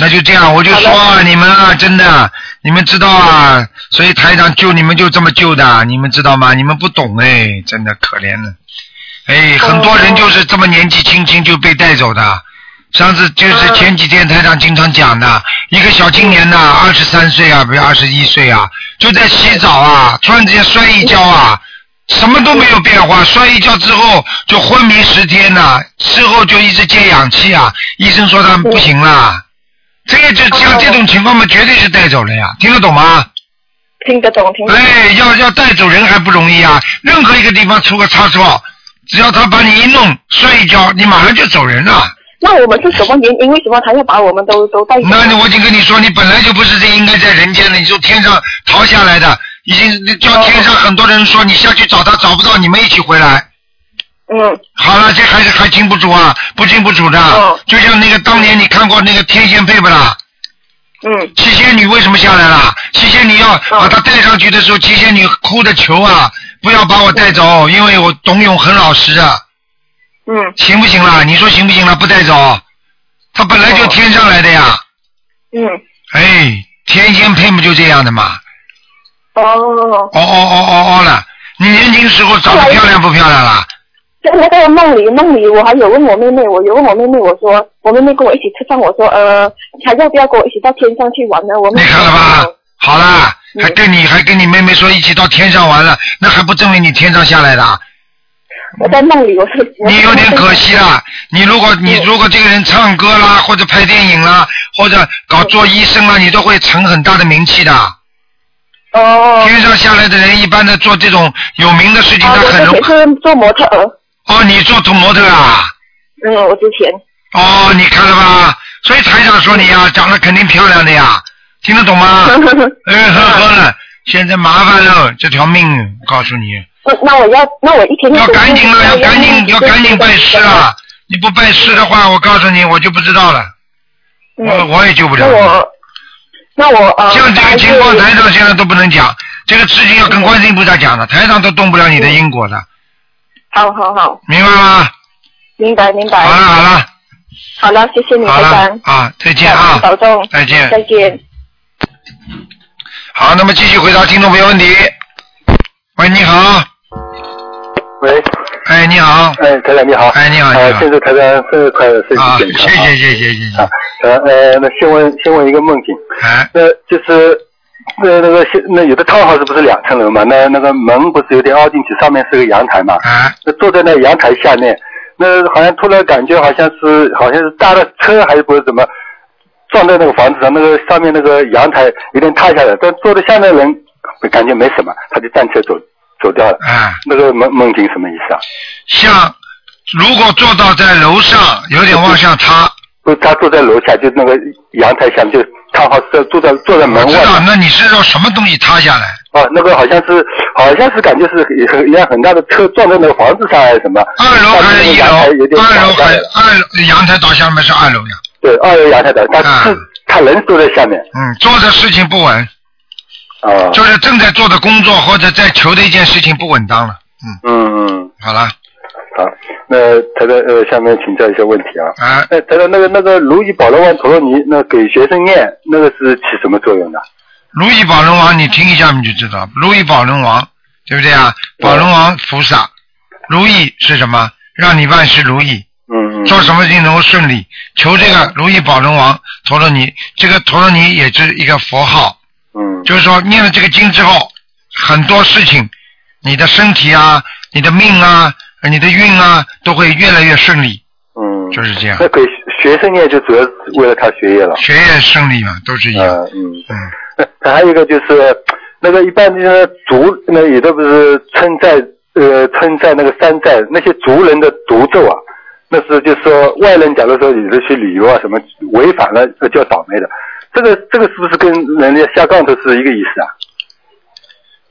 那就这样，我就说啊你们啊，真的，你们知道啊，所以台长救你们就这么救的，你们知道吗？你们不懂哎，真的可怜了。哎，很多人就是这么年纪轻轻就被带走的。上次就是
嗯
前几天台长经常讲的，一个小青年呐，
嗯
二十三岁啊，不是二十一岁啊，就在洗澡啊，突然之间摔一跤啊，什么都没有变化，摔一跤之后就昏迷十天呐、之后就一直接氧气啊，医生说他不行啦。这个就
嗯
像这种情况嘛，绝对是带走了呀，听得懂吗？
听得懂，听得懂。
哎，要要带走人还不容易啊，任何一个地方出个差错，只要他把你一弄摔一跤，你马上就走人了。
那我们是什么原因？为什么他要把我们都都带走？
那我已经跟你说，你本来就不是这应该在人间的，你从天上逃下来的，已经叫天上很多人说你下去找他，找不到，你们一起回来。
嗯，
好了，这还是还清不楚啊，不清不楚的。
哦
就像那个当年你看过那个天仙配不啦？
嗯，
七仙女为什么下来了？七仙女要把她带上去的时候，七仙女哭着求啊，不要把我带走，因为我董永很老实啊，
嗯，
行不行啦？你说行不行啦？不带走，他本来就天上来的呀。
嗯，
哎，天仙配不就这样的嘛？
哦，
哦哦哦哦哦了，你年轻时候长得漂亮不漂亮啦？
在那个梦里，梦里我还有问我妹妹，我有问我妹妹，我说我妹妹跟我一起吃饭，我说呃，还要不要跟我一起到天上去玩呢？我妹
你
妹
看了吧？好啦，
嗯
还跟你还跟你妹妹说一起到天上玩了，那还不证明你天上下来的啊？
我在梦里，我是
你有点可惜。啦。你如果你如果这个人唱歌啦，或者拍电影啦，或者搞做医生
嗯
啦，你都会成很大的名气的。
哦，
天上下来的人，一般的做这种有名的事情，
啊，
他
我
很
之
容
前是做模特儿，
哦，你做土模特啊？
嗯，我之前，
哦，你看了吧？所以台长说你呀，长得肯定漂亮的呀，听得懂 吗？哎呵呵了，现在麻烦了，这条命，告诉你，
呃那我要，那我一天
要赶紧啊了，要赶紧，要赶紧拜师啊！你不拜师的话，我告诉你，我就不知道了，
嗯
我我也救不了
那
你。
我，那我呃，
像这个情况，
八月
台长现在都不能讲，这个事情要跟观世音菩萨讲的，台长都动不了你的因果的，
好好好，
明白吗？
明白明
好
白。
了好了
好了，谢谢你，
好
台
了
长。
啊，再见啊，
保重，
再见。
再见。
好，那么继续回答听众朋友问题。喂，你好，
喂，
哎，你好，
哎，台长你好，
哎，你好，
啊
你，好
先祝台长生日快乐，身
啊，谢
体健康啊
谢，谢谢，谢
啊
谢，，
呃呃，那先问先问一个梦境，
哎，
那就是那那个那有的 townhouse 不是两层楼嘛，那那个门不是有点凹进去，上面是个阳台嘛，
哎，
那坐在那阳台下面，那好像突然感觉好像是好像是搭了车还是不是怎么撞在那个房子上，那个上面那个阳台有点塌下来，但坐在下面的人感觉没什么，他就站起来走走掉了。
哎，
那个梦梦境什么意思啊？
像如果坐到在楼上，有点往上塌，
就他坐在楼下，就那个阳台下面，就他好像坐在坐在门
我
外
知道，那你是说什么东西塌下来？
啊，那个好像是好像是感觉是一很一辆很大的车撞在那个房子上还是什么？
二楼还是一楼？
上面那个阳台有点
二楼
倒下
还
来了
二楼阳台倒下面是二楼呀。
对，二楼阳台的，他是、
啊
他人坐在下面
嗯，做的事情不稳，
啊，
就是正在做的工作或者在求的一件事情不稳当了。嗯，
嗯嗯，
好了，
好，那他的呃，下面请教一些问题啊。
哎，
那他的那个那个如意宝罗万陀罗尼，那给学生念，那个是起什么作用的？
如意宝龙王，你听一下你就知道，如意宝龙王，对不对啊？
嗯
宝龙王菩萨，如意是什么？让你万事如意，
嗯嗯，
做什么事情能够顺利。求这个如意宝龙王陀罗尼，这个陀罗尼也是一个佛号，
嗯
就是说念了这个经之后，很多事情，你的身体啊、你的命啊、你的运啊，都会越来越顺利，
嗯，
就是这样
那，给学生念就主要是为了他学业了。
学业顺利嘛，都是一样。
嗯嗯。
嗯，
那还有一个就是，那个一般就是族，那有的不是称在呃称在那个山寨那些族人的族咒啊，那是就是说外人假如说有的去旅游啊什么违反了呃叫倒霉的，这个这个是不是跟人家下杠头是一个意思啊？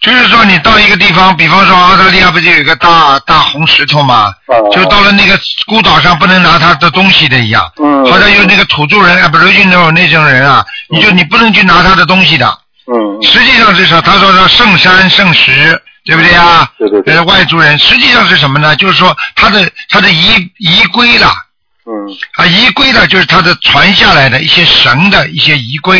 就是说你到一个地方，比方说澳大利亚不就有一个大大红石头嘛，
哦
就到了那个孤岛上不能拿他的东西的一样，
嗯
好像有那个土著人 a b o r i g i n a l 那种人啊，你就你不能去拿他的东西的，
嗯，
实际上是什么？他说说圣山圣石，对不对啊？
嗯对对对
呃，外族人实际上是什么呢？就是说他的他的遗遗规了
嗯
啊，遗规了就是他的传下来的一些神的一些遗规。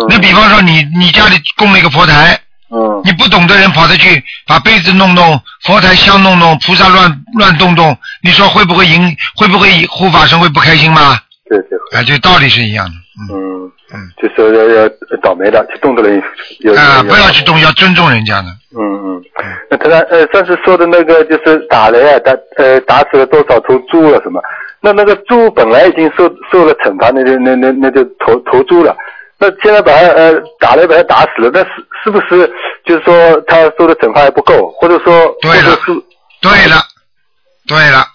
嗯，
那比方说你你家里供了一个佛台，
嗯
你不懂的人跑着去把杯子弄弄，佛台香弄弄，菩萨乱乱动动，你说会不会赢？会不会护法神会不开心吗？
对对，
啊，这道理是一样的。
嗯
嗯，
就是要要倒霉的，去动的人有
嗯啊，
有
不要去动，要尊重人家的。
嗯嗯，那他呃上次说的那个就是打雷啊，打呃打死了多少头猪了什么？那那个猪本来已经受受了惩罚，那就那那那就投投猪了。那现在把它呃打雷把它打死了，那是是不是就是说他受的惩罚还不够，或者说
对
或者
了
是
对了，对了，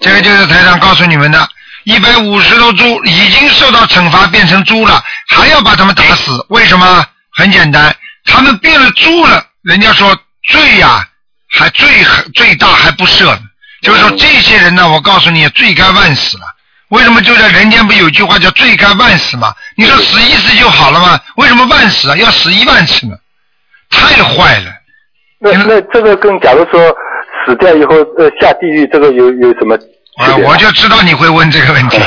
这个就是台长告诉你们的，一百五十头猪已经受到惩罚变成猪了，还要把他们打死，为什么？很简单，他们变了猪了，人家说罪呀、还罪很罪大还不赦呢，就是说这些人呢，我告诉你，罪该万死了。为什么就在人间不有句话叫罪该万死嘛？你说死一次就好了嘛？为什么万死啊？要死一万次呢？太坏了。
那那这个跟假如说死掉以后呃下地狱这个有有什么区
啊，
别吗？
我就知道你会问这个问 题。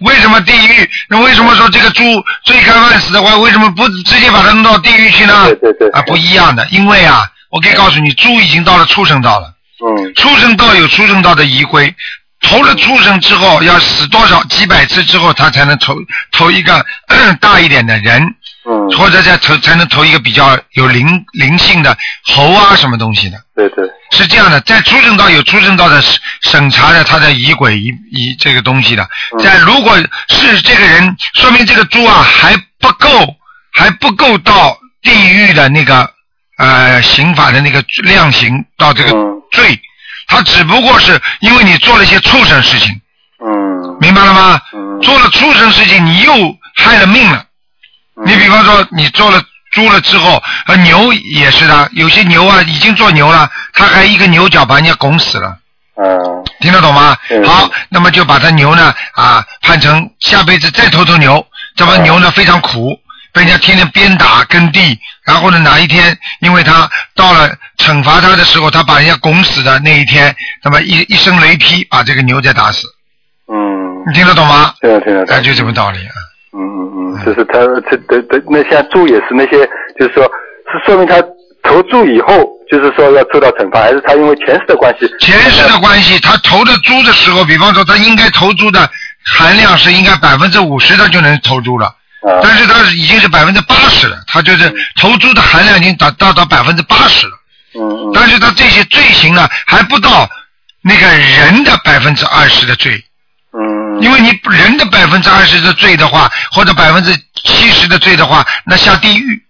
为什么地狱？那为什么说这个猪罪该万死的话，为什么不直接把它弄到地狱去呢？
对对对
啊，不一样的，因为啊，我可以告诉你，猪已经到了畜生道了。
嗯
畜生道有畜生道的仪规，投了畜生之后，要死多少几百次之后，他才能投投一个 大一点的人，
嗯，
或者再投才能投一个比较有灵灵性的猴啊什么东西的。
对对，
是这样的，在出生道有出生道的审审查的他的仪轨仪仪这个东西的，
嗯
在如果是这个人，说明这个猪啊还不够，还不够到地狱的那个呃刑法的那个量刑到这个
嗯
罪，他只不过是因为你做了一些畜生事情，
嗯
明白了吗？
嗯，
做了畜生事情，你又害了命了。
嗯
你比方说，你做了猪了之后，呃，牛也是的，有些牛啊已经做牛了，它还一个牛角把人家拱死了，
嗯
听得懂吗
嗯？
好，那么就把它牛呢啊判成下辈子再投头牛，这么牛呢
嗯
非常苦，被人家天天鞭打耕地，然后呢哪一天因为他到了惩罚他的时候，他把人家拱死的那一天，那么一一声雷劈把这个牛再打死，
嗯，
你听得懂吗？
听得懂听得懂
哎，就这么道理啊。
嗯嗯嗯，就是他这这这那像猪也是那些，就是说是说明他投注以后，就是说要受到惩罚，还是他因为前世的关系？
前世的关系，他投的猪的时候，比方说他应该投猪的含量是应该百分之五十，他就能投猪了。
啊，
但是他已经是百分之八十了，他就是投猪的含量已经达达到百分之八十了。
嗯嗯
但是他这些罪行呢，还不到那个人的百分之二十的罪，
嗯，
因为你人的百分之二十的罪的话，或者百分之七十的罪的话，那下地狱。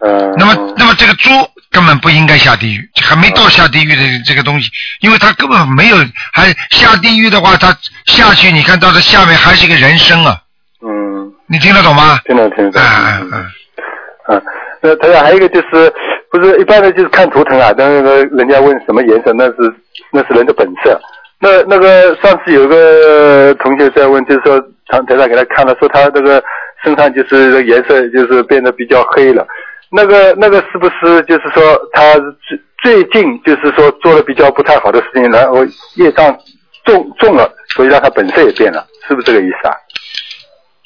嗯，
那么，那么这个猪根本不应该下地狱，还没到下地狱的这个东西，因为它根本没有，还下地狱的话，它下去，你看到它下面还是一个人生啊，
嗯，
你听得懂吗？
听得懂听得
哎
懂。
哎
嗯
哎，
嗯，那他还有一个就是，不是一般的就是看图腾啊，那个人家问什么颜色，那是那是人的本色。那那个上次有个同学在问，就是说唐台上给他看了，说他这个身上就是这个颜色就是变得比较黑了。那个那个是不是就是说他最最近就是说做了比较不太好的事情，然后业障重重了，所以让他本色也变了，是不是这个意思啊？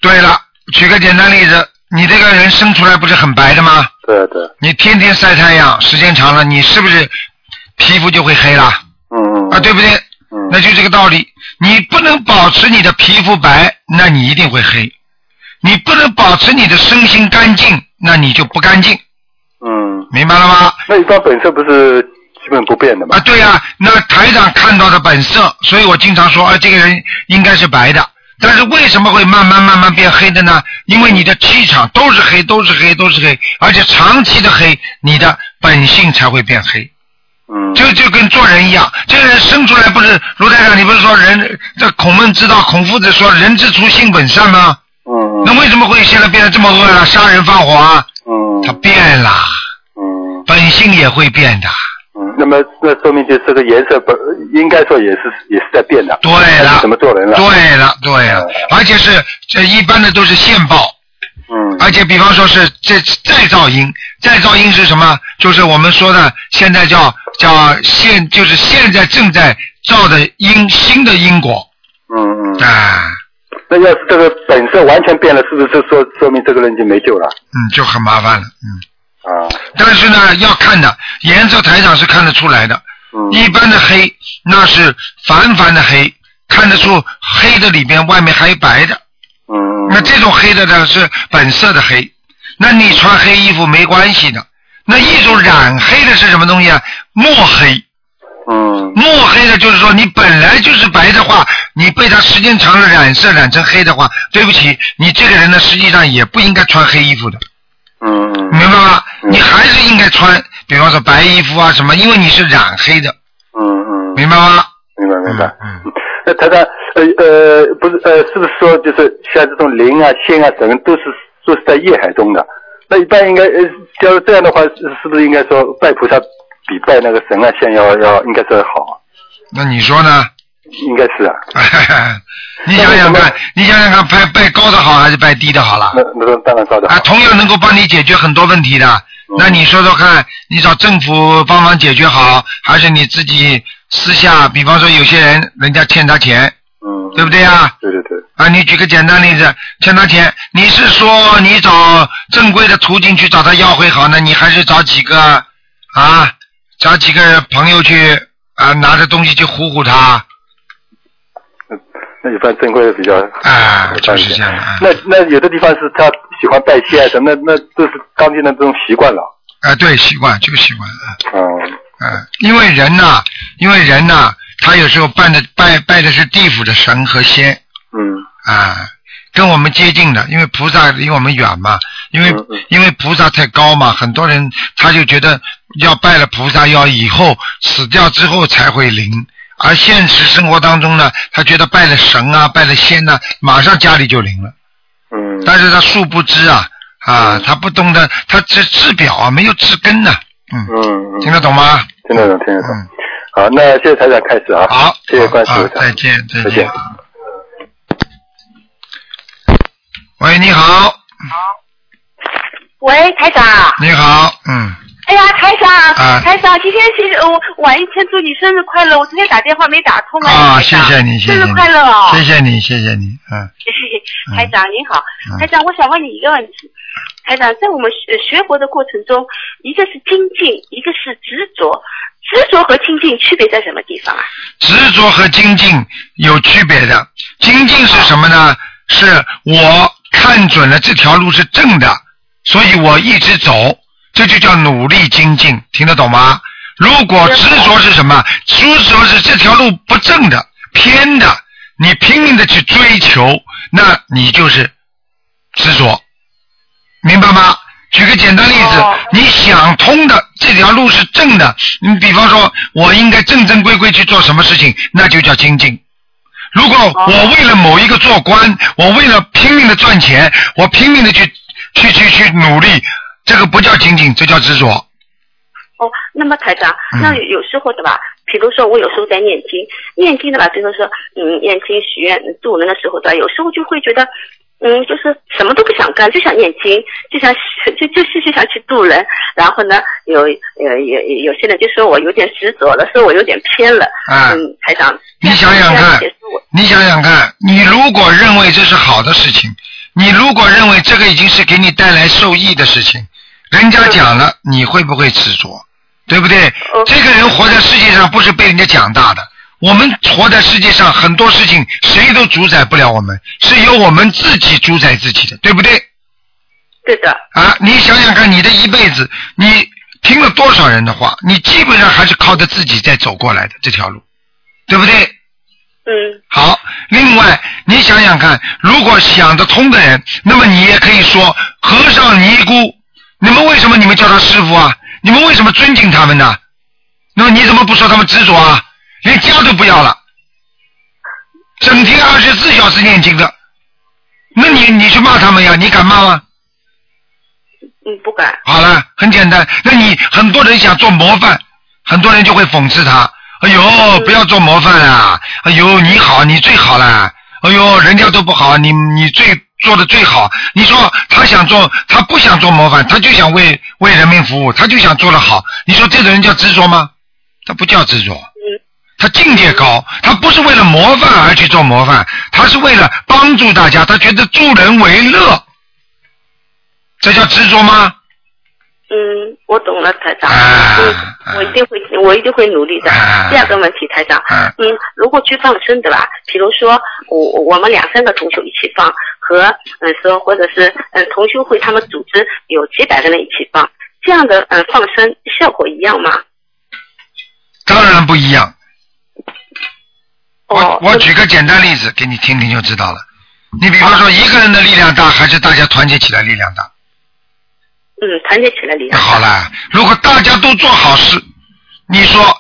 对了，举个简单例子，你这个人生出来不是很白的吗？
对对，
你天天晒太阳，时间长了，你是不是皮肤就会黑了
嗯嗯
啊？对不对？
嗯
那就这个道理。你不能保持你的皮肤白，那你一定会黑；你不能保持你的身心干净，那你就不干净，
嗯，
明白了吗？
那一般本色不是基本不变的嘛
啊，？对呀、那台长看到的本色，所以我经常说，啊，这个人应该是白的，但是为什么会慢慢慢慢变黑的呢？因为你的气场都是黑，都是黑，都是黑，而且长期的黑，你的本性才会变黑。
嗯，
就就跟做人一样，这个人生出来不是卢台长，你不是说人这孔孟之道，孔夫子说人之初性本善吗？
嗯
那为什么会现在变得这么恶啊？杀人放火啊？
嗯
他变了，
嗯
本性也会变的。
嗯，那么那说明就这个颜色本应该说也是也是在变的，
对
看
了
你，怎么做人了？
对了，对了
嗯，
而且是这一般的都是现报，
嗯
而且比方说是这再造因，再造因是什么？就是我们说的现在叫叫现，就是现在正在造的因，新的因果
嗯嗯，
啊，
那要是这个本色完全变了，是不是说说明这个人就没救了？
嗯，就很麻烦了，嗯。
啊，
但是呢，要看的颜色，台长是看得出来的。
嗯
一般的黑那是凡凡的黑，看得出黑的里边外面还有白的。
嗯，
那这种黑的呢是本色的黑，那你穿黑衣服没关系的。那一种染黑的是什么东西啊？墨黑，
嗯
墨黑的就是说你本来就是白的话，你被它时间长了染色染成黑的话，对不起，你这个人呢实际上也不应该穿黑衣服的。
嗯嗯
明白吗？
嗯
你还是应该穿，比方说白衣服啊什么，因为你是染黑的，
嗯嗯，
明白吗？
明白明白。
嗯，
那台长，呃呃，不是呃，是不是说就是像这种灵啊、仙啊、神都是都是在业海中的？那一般应该，呃，假如这样的话，是是不是应该说拜菩萨比拜那个神啊、仙要要应该是好啊？
那你说呢？
应该是啊，
你想想
那为
看
什么，
你想想看，拜拜高的好还是拜低的好了？
那那当然高的好
啊，。同样能够帮你解决很多问题的。
嗯
那你说说看，你找政府帮忙解决好，还是你自己私下？比方说，有些人人家欠他钱，
嗯，
对不对呀、
对对对，
啊，你举个简单例子，欠他钱，你是说你找正规的途径去找他要会好呢，你还是找几个啊，找几个朋友去啊，拿着东西去唬唬他？
那一般正规的比较
啊，就是这样的啊
那那有的地方是他喜欢拜仙啊什么，那那都是当地的这种习惯了。
啊，对，习惯就习惯啊，
嗯
啊，因为人呐、因为人呐、他有时候拜的拜拜的是地府的神和仙
嗯
啊，跟我们接近的，因为菩萨离我们远嘛，因为
嗯嗯
因为菩萨太高嘛，很多人他就觉得要拜了菩萨，要以后死掉之后才会灵。而现实生活当中呢，他觉得拜了神啊，拜了仙呐、马上家里就灵了。
嗯
但是他殊不知啊，啊，他不懂得，他治治表啊，没有治根呐、嗯，
嗯嗯，
听得懂吗？
听得懂听得懂。
嗯，
好，那谢谢台长开始啊。
好，
谢谢关
好
师
啊
傅。
再见，再
再
见
见。
喂，你好，
喂，台长。
你好，嗯，
哎呀，台长，
啊
台长，今天其实我晚一天祝你生日快乐。我昨天打电话没打通
啊，
哎
谢
台长
谢你，谢谢
生
你
日快乐哦，
谢谢你，谢谢你，嗯。嗯
台长您好，
嗯
台长，我想问你一个问题。台长，在我们学学佛的过程中，一个是精进，一个是执着，执着和精进区别在什么地方啊？
执着和精进有区别的。精进是什么
哦
呢？是我看准了这条路是正的，所以我一直走，这就叫努力精进，听得懂吗？如果执着是什么？执着是这条路不正的、偏的，你拼命的去追求，那你就是执着，明白吗？举个简单例子，
哦
你想通的这条路是正的，你比方说，我应该正正规规去做什么事情，那就叫精进。如果我为了某一个做官，我为了拼命的赚钱，我拼命的去去去去努力，这个不叫精进，这叫执着。
哦，那么台长，
嗯
那有时候的吧，比如说我有时候在念经，念经的吧，比如说嗯，念经许愿渡人的时候的吧，有时候就会觉得，嗯，就是什么都不想干，就想念经，就想就就是就想去渡人。然后呢，有呃有有有些人就说我有点执着了，说我有点偏了。
哎
嗯，台长，
你想想看
这样解释我
你想想看，你如果认为这是好的事情，你如果认为这个已经是给你带来受益的事情，人家讲了，你会不会执着？对不对？
嗯
这个人活在世界上不是被人家讲大的，我们活在世界上很多事情谁都主宰不了我们，是由我们自己主宰自己的，对不对？
对的，
啊，你想想看，你的一辈子，你听了多少人的话，你基本上还是靠着自己在走过来的这条路，对不对？
嗯
好，另外你想想看，如果想得通的人，那么你也可以说和尚尼姑，你们为什么你们叫他师傅啊？你们为什么尊敬他们呢？那么你怎么不说他们执着啊？连家都不要了，整天二十四小时念经的，那你你去骂他们呀？你敢骂吗？
嗯，不敢，
好了，很简单。那你很多人想做模范，很多人就会讽刺他：“哎呦，不要做模范啊！哎呦，你好，你最好啦！哎呦，人家都不好，你你最做的最好。你说他想做，他不想做模范，他就想为为人民服务，他就想做得好。你说这种人叫执着吗？他不叫执着，他境界高，他不是为了模范而去做模范，他是为了帮助大家，他觉得助人为乐，这叫执着吗？
嗯，我懂了，台长。
啊
嗯，我一定会，我一定会努力的
啊。
第二个问题，台长，
嗯
嗯，如果去放生的吧，比如说我我们两三个同修一起放，和嗯说或者是嗯同修会他们组织有几百个人一起放，这样的嗯放生效果一样吗？
当然不一样。
哦
我，我举个简单例子给你听听就知道了。你比方说一个人的力量大，还是大家团结起来力量大？
嗯，团结起来理
那好了，如果大家都做好事，你说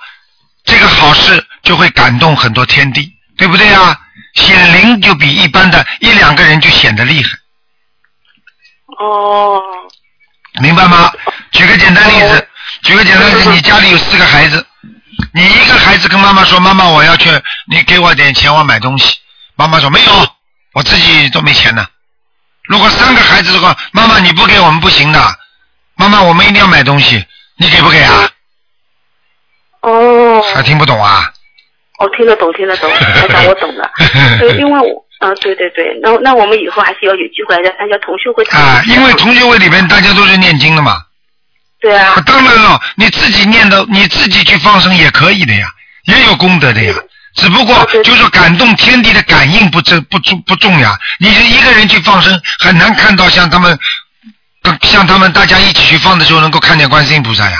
这个好事就会感动很多天地，对不对啊？显灵就比一般的一两个人就显得厉害，
哦，
明白吗？举个简单例子，举个简单例子，你家里有四个孩子，你一个孩子跟妈妈说：“妈妈，我要去，你给我点钱，我买东西。”妈妈说：“没有，我自己都没钱呢。”如果三个孩子的话，妈妈你不给我们不行的，妈妈我们一定要买东西，你给不给啊？
哦，
还听不懂啊？
我听得懂，听得懂，台长，我 懂了。对，因为我，嗯，对对对，那那我们以后还是要有机会来参加同修会。
啊，因为同学会里面大家都是念经的嘛。
对啊
啊，当然了，你自己念的，你自己去放生也可以的呀，也有功德的呀。只不过就是说感动天地的感应不重不重不重呀。你是一个人去放生，很难看到像他们，像他们大家一起去放的时候能够看见观世音菩萨呀。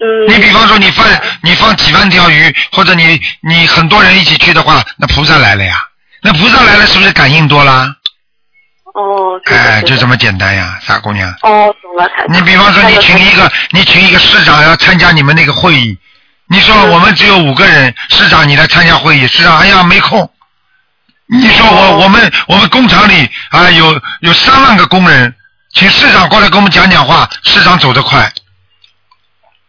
嗯，
你比方说你放你放几万条鱼，或者你你很多人一起去的话，那菩萨来了呀。那菩萨来了是不是感应多啦？
哦，对
哎，
的，
就
对
这
的。
么简单呀，傻姑娘。
哦，懂了，台长。
你比方说，
还
你
有
请
台
一个，你请一个市长要参加你们那个会议，你说
嗯
我们只有五个人，市长你来参加会议，市长哎呀没空。你说我
哦
我们我们工厂里啊有有三万个工人，请市长过来跟我们讲讲话，市长走得快，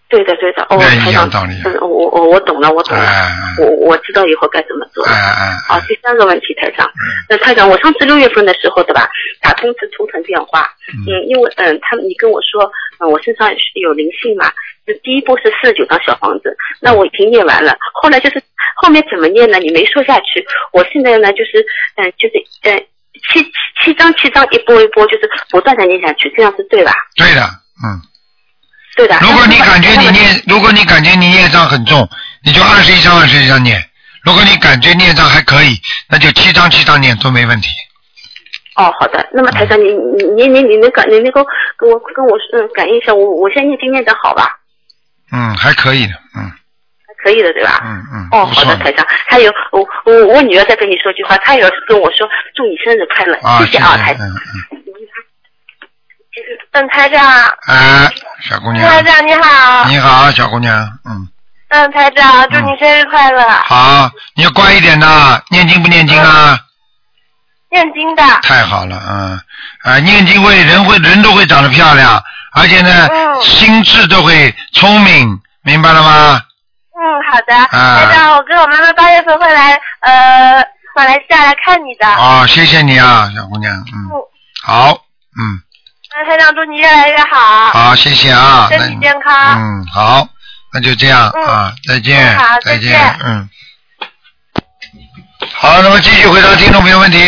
对的，对的，哦，
哎
台
一样
长，
道理啊
嗯，我我我懂了，我懂
哎
了，
哎
我我知道以后该怎么做了。
哎哎
好，第三个问题，台长。
嗯
那台长，我上次六月份的时候，对吧？打通是图腾电话，嗯，因为嗯，他你跟我说，嗯，我身上是有灵性嘛，就第一波是四十九张小房子，那我已经念完了，后来就是后面怎么念呢？你没说下去。我现在呢，就是嗯，就是嗯，七七七张七张一波一波，就是不断的念下去，这样是对吧？
对的，嗯。
对的。
如果你感觉你
那么
念，如果你感觉你业障很重，你就二十一章二十一章念；如果你感觉念障还可以，那就七章七章念都没问题。
哦，好的。那么台
嗯
长，你你你你你能感你能够跟我跟我嗯感应一下，我我现在念经念的好吧？
嗯，还可以的，嗯
还可以的，对吧？
嗯嗯，
哦，
不
好
错
的，台长。还有我我我女儿再跟你说句话，她也要跟我说祝你生日快乐，
啊，
谢谢啊，台
嗯
长。
嗯嗯，
嗯，台长，
哎，小姑娘
台，长你好，
你好，小姑娘，嗯，
嗯，台长，祝你生日快乐。
好，你要乖一点呐，念经不念经啊？
嗯
念经的，
太好了，嗯，啊，念经会人会人都会长得漂亮，而且呢，
嗯
心智都会聪明，明白了吗？
嗯，好的，
啊
台长，我跟我妈妈八月份会来呃马来西亚来看你的。
嗯
啊，谢谢你啊，小姑娘，嗯，好，嗯，
嗯，台长，祝你越来越好，
好，谢谢啊，
身
那
体健康。
嗯，好，那就这样、
嗯
啊，再见，
嗯好
再
再
见，
见
嗯。好，那么继续回答听众朋友问题。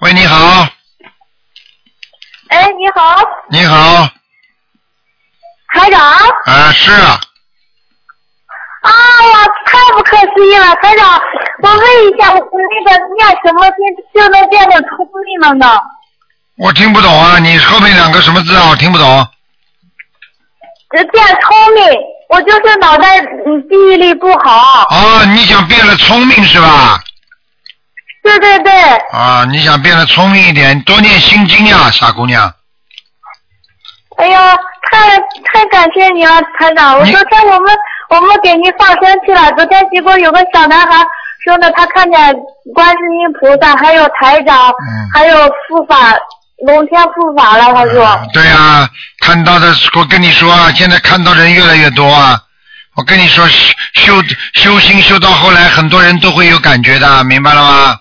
喂，你好，
哎，你好，
你好，
台长。
啊，是啊，
啊呀，太不可思议了，台长，我问一下，我那个念什么经就能变得聪明了呢？
我听不懂啊，你后面两个什么字啊？我听不懂。
呃变聪明，我就是脑袋嗯记忆力不好。
哦，你想变得聪明是吧？
对对对，
啊，你想变得聪明一点，多念心经呀，傻姑娘。
哎呀，太太感谢你了，台长！我
你
昨天我们我们给您放生去了，昨天结果有个小男孩说呢，他看见观世音菩萨，还有台长，
嗯
还有护法龙天护法了，他说。
嗯对呀、看到的，我跟你说啊，现在看到人越来越多啊。我跟你说，修修修心修到后来，很多人都会有感觉的，明白了吗？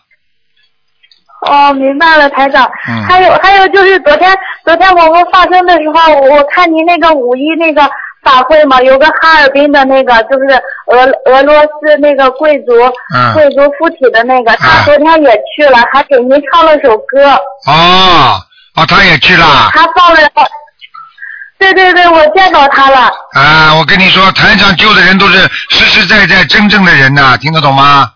哦，明白了，台长。
嗯
还有还有就是昨天昨天我们发生的时候，我看您那个五一那个法会嘛，有个哈尔滨的那个就是俄俄罗斯那个贵族、
嗯
贵族附体的那个，他昨天也去了，还给您唱了首歌，
啊哦，哦，他也去了。
他放了。对对对，我见到他了。
啊，我跟你说，台上救的人都是实实在在真正的人呐、听得懂吗？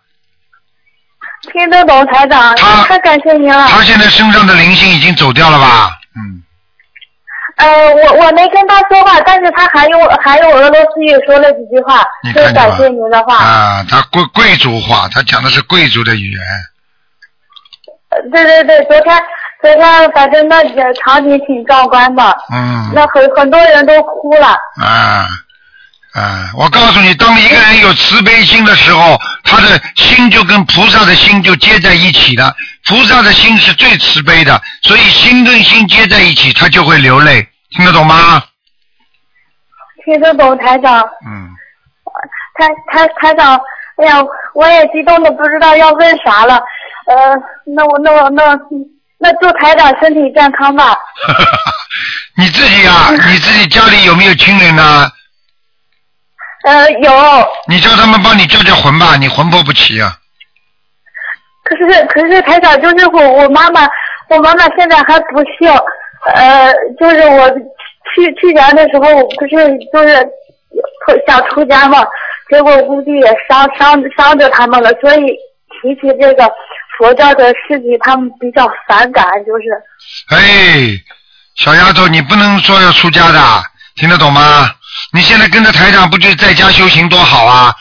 听得懂台长，
他
太感谢您了。
他现在身上的灵性已经走掉了吧？嗯，
呃，我我没跟他说话，但是他还用还用俄罗斯语说了几句话
你，
就
看见
感
吧
谢您的话。
啊，他贵贵族话，他讲的是贵族的语言。
呃对对对，昨天昨天反正那个场景挺壮观的，
嗯，
那很很多人都哭了。
啊啊，我告诉你，当一个人有慈悲心的时候，他的心就跟菩萨的心就接在一起了。菩萨的心是最慈悲的，所以心跟心接在一起，他就会流泪。听得懂吗？
听得懂台长，
嗯，
台台台长，哎呀，我也激动的不知道要问啥了。呃，那我那我那那祝台长身体健康吧。
你自己啊，你自己家里有没有亲人呢、
呃，有，
你叫他们帮你叫叫魂吧，你魂魄不齐啊。
可是可是台长就是我我妈妈，我妈妈现在还不幸，呃，就是我去去年的时候我不是就是想出家嘛，结果估计也伤伤伤着他们了，所以提起这个佛教的事情，他们比较反感，就是
哎，小丫头，你不能说要出家的，听得懂吗？你现在跟着台长，不就在家修行多好啊？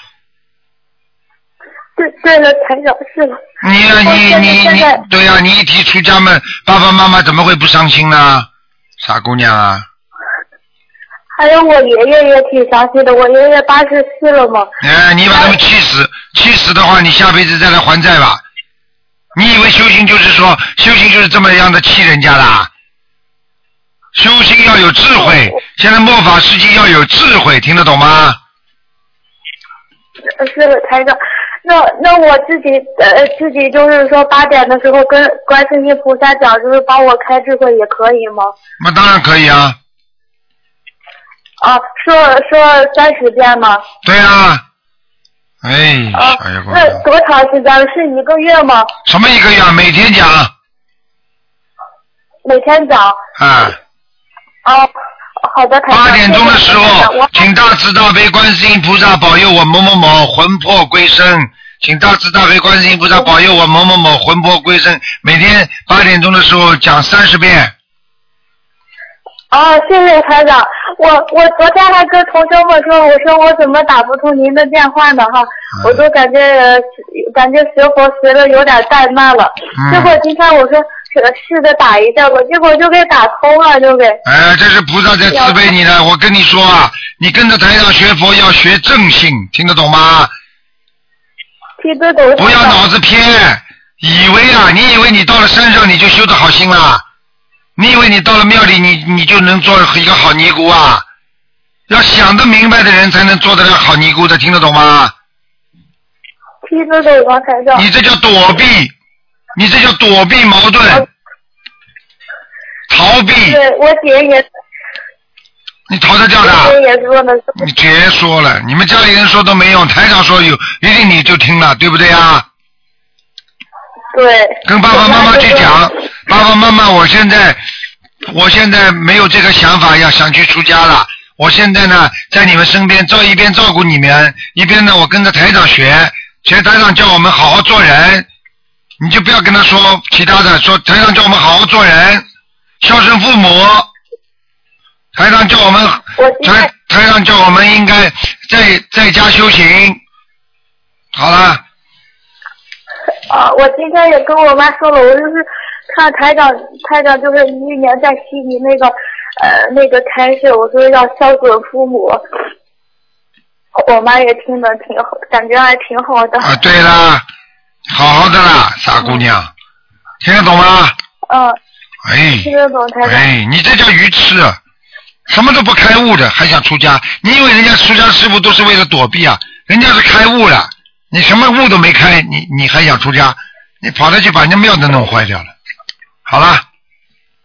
对对了，台长是的，
你呀、
我
你
现在
你
哦现
你
在，
对呀、你一提出家门，爸爸妈妈怎么会不伤心呢？傻姑娘啊，
还有我爷爷也挺伤心的，我爷爷八十四了嘛，
哎，你把他们气死，气死的话，你下辈子再来还债吧。你以为修行就是说修行就是这么样的气人家的啊？修行要有智
哦
慧，现在末法时期要有智慧，听得懂吗？
呃是的，台长。那那我自己呃自己就是说八点的时候跟观世音菩萨讲，就是帮我开智慧也可以吗？
那当然可以啊，
啊，说说三十遍吗？
对啊。哎，
啊
小妖，怪
那，多长时间？是一个月吗？
什么一个月啊？每天讲
每天讲？
啊。
啊，好的，台长。
八点钟的时
谢谢台长
候
我，
请大慈大悲观世音菩萨保佑我某某某魂魄归生，请大慈大悲观世音菩萨保佑我某某某魂魄归生。每天八点钟的时候讲三十遍，
啊，谢谢台长。我我昨天还跟同学们说，我说我怎么打不通您的电话呢？哈，
嗯
我都感觉呃感觉学佛学的有点怠慢了。
嗯
结果今天我说试试着打一下吧，结果就给打通了，就给。
哎，这是菩萨在慈悲你呢。我跟你说啊，你跟着台上学佛要学正性，听得懂吗？
听得懂。
不要脑子偏，以为啊，你以为你到了山上你就修得好心啦？你以为你到了庙里你你就能做一个好尼姑啊？要想得明白的人才能做得了好尼姑的，听得懂吗？
听得懂吗，台长？
你这叫躲避，你这叫躲避矛盾，逃避，
对呃我姐也，
你逃得掉的？啊
我姐也说的是。
你别说了，你们家里人说都没用，台长说有，一定你就听了，对不对啊？
对。
跟爸爸妈妈去讲，爸爸妈妈，我现在我现在没有这个想法，要想去出家了。我现在呢，在你们身边，照一边照顾你们，一边呢，我跟着台长学，学台长叫我们好好做人，你就不要跟他说其他的，说台长叫我们好好做人，孝顺父母。台长叫我们
我，现在
台台长叫我们应该在在家修行。好了，
啊，我今天也跟我妈说了，我就是看台长，台长就是一六年在悉尼那个呃那个开示，我说要孝顺父母，我妈也听得挺好，感觉还挺好的。
啊，对啦，好好的啦，傻姑娘，听得懂吗？
嗯，
哎
听得懂台长。
哎，你这叫愚痴，啊，什么都不开悟的，还想出家？你以为人家出家师傅都是为了躲避啊？人家是开悟了，你什么悟都没开，你你还想出家？你跑着去把人家庙都弄坏掉了。好了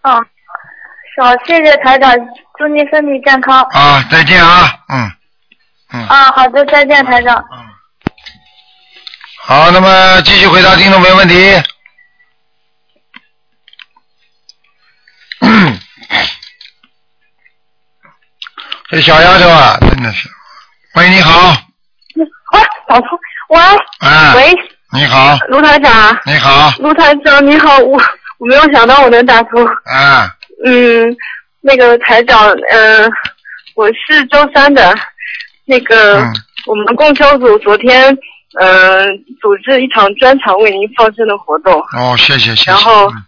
啊，好，谢谢台长，祝您身体健康。
啊，再见啊，嗯嗯，
啊，好的，再见，台长。
好，那么继续回答听众朋友问题。 这小丫头啊，真的是。喂，你好，
啊，打通，喂，
啊，
喂，
你好，
卢台长，
你好，
卢台长你好，我我没有想到我能打通，
啊，
嗯，那个台长，嗯、我是周三的，那个、
嗯
我们共修组昨天，嗯、组织一场专场为您放生的活动，
哦，谢谢谢谢。
然后
嗯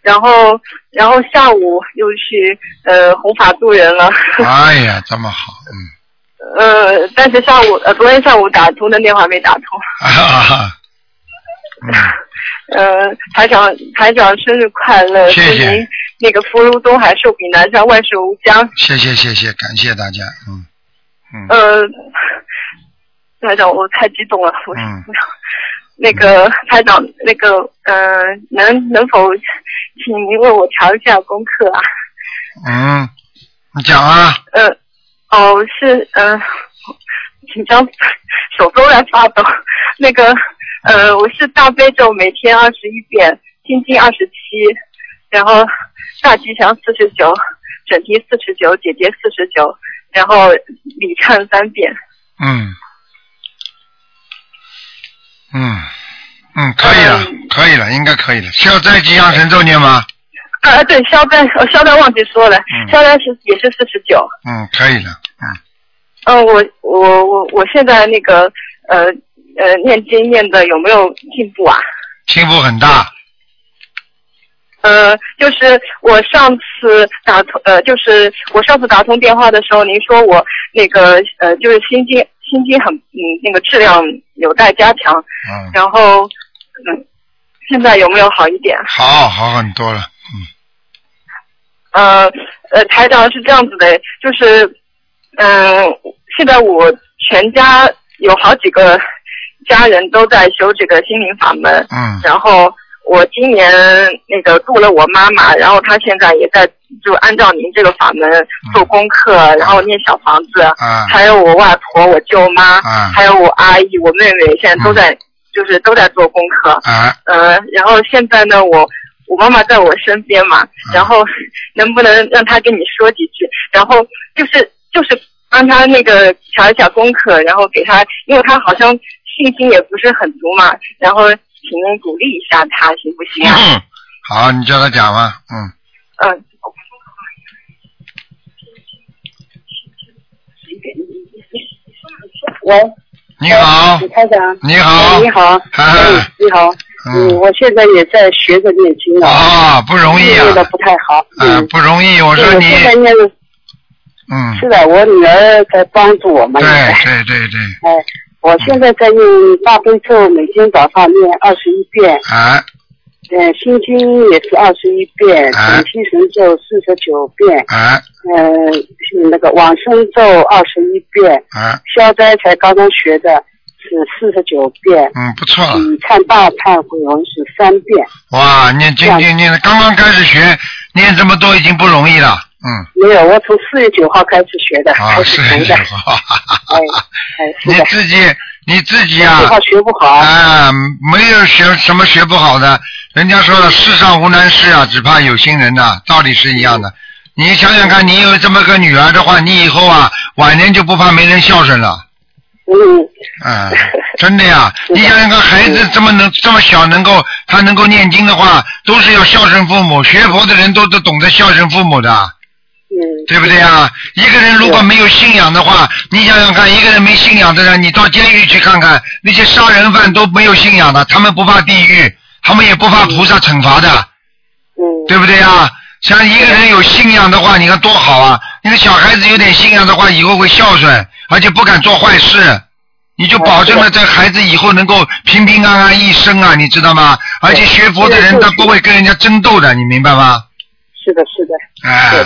然后然后下午又去呃弘法度人了，
哎呀，这么好， 嗯，
呃，但是下午呃昨天下午打通的电话没打通。
啊哈哈，
呃，台长，台长生日快乐！
谢谢
祝您那个福如东海，寿比南山，万事无疆。
嗯谢谢谢谢，感谢大家，嗯嗯
呃，台长，我太激动了。我、
嗯，
那个台长，那个呃，能能否请您为我调一下功课啊？
嗯，你讲啊，
呃，哦，是呃，紧张，手都在发抖。那个呃，我是大悲咒每天二十一遍，心经二十七，然后大吉祥四十九，准提四十九，姐姐四十九，然后礼忏三遍。
嗯，嗯，嗯，可以了，可以了，应该可以了。需要再吉祥神咒念吗？
啊，对，消灾，呃消灾忘记说了，
嗯
消灾是也是四十九。
嗯，可以了。嗯，
嗯，我我我我现在那个呃呃念经念的有没有进步啊？
进步很大。
呃，就是我上次打通，呃，就是我上次打通电话的时候，您说我那个呃，就是心经心经很嗯那个质量有待加强，
嗯，
然后嗯，现在有没有好一点？
好好很多了。
呃呃，台长是这样子的，就是嗯、现在我全家有好几个家人都在修这个心灵法门，
嗯
然后我今年那个度了我妈妈，然后她现在也在就按照您这个法门做功课，然后念小房子，
啊
还有我外婆、我舅妈，
啊
还有我阿姨、我妹妹，现在都在、就是都在做功课。
啊，
呃，然后现在呢，我我妈妈在我身边嘛，
啊
然后能不能让她跟你说几句？然后就是就是帮她那个调一下功课，然后给她，因为她好像信心也不是很足嘛，然后请您鼓励一下她，行不行啊？
嗯，好，你叫他讲吧。嗯，
嗯、
喂，
你好，
嗯李台长，
你好
你，好，
哎，
你好，
嗯，
我现在也在学着念经啊，
啊，不容易啊
念，的不太好，
啊，
嗯，
不容易。我
我
说你，
现在念的
嗯，
是的，我女儿在帮助我嘛，
对
也在
对对对，
哎，我现在在念大悲咒，每天早上念二十一遍，
啊，
嗯，心经也是二十一遍，
哎
准提神咒四十九遍，
啊
嗯，是那个往生咒二十一遍，
啊，
消灾才刚刚学的是四十九遍。
嗯，不错了。
嗯，忏大忏悔文是三遍，
哇，念经
这
念念的，刚刚开始学，念这么多已经不容易了。嗯，
没有，我从四月九号开始学的，
啊，
开始
是
学
是
的，
哈哈哈
哎哎，是
你
的，
自己你自己
这
啊
号，学不好，
啊，没有学什么学不好的，人家
嗯
说了，世上无难事啊，只怕有心人呐、道理是一样的。
嗯
你想想看，你有这么个女儿的话，你以后啊，晚年就不怕没人孝顺了。
嗯，
嗯，真的呀，
是的嗯
你想想看，孩子这么能这么小能够他能够念经的话，都是要孝顺父母。学佛的人都都懂得孝顺父母的。
嗯，
对不对啊？一个人如果没有信仰的话，你想想看，一个人没信仰的人，你到监狱去看看，那些杀人犯都没有信仰的，他们不怕地狱，他们也不怕菩萨惩罚的，
嗯，
对不对啊？像一个人有信仰的话，你看多好啊！那个小孩子有点信仰的话，以后会孝顺，而且不敢做坏事，你就保证了这孩子以后能够平平安安一生啊，你知道吗？而且学佛的人他不会跟人家争斗的，你明白吗？
是的，是的，
哎、
对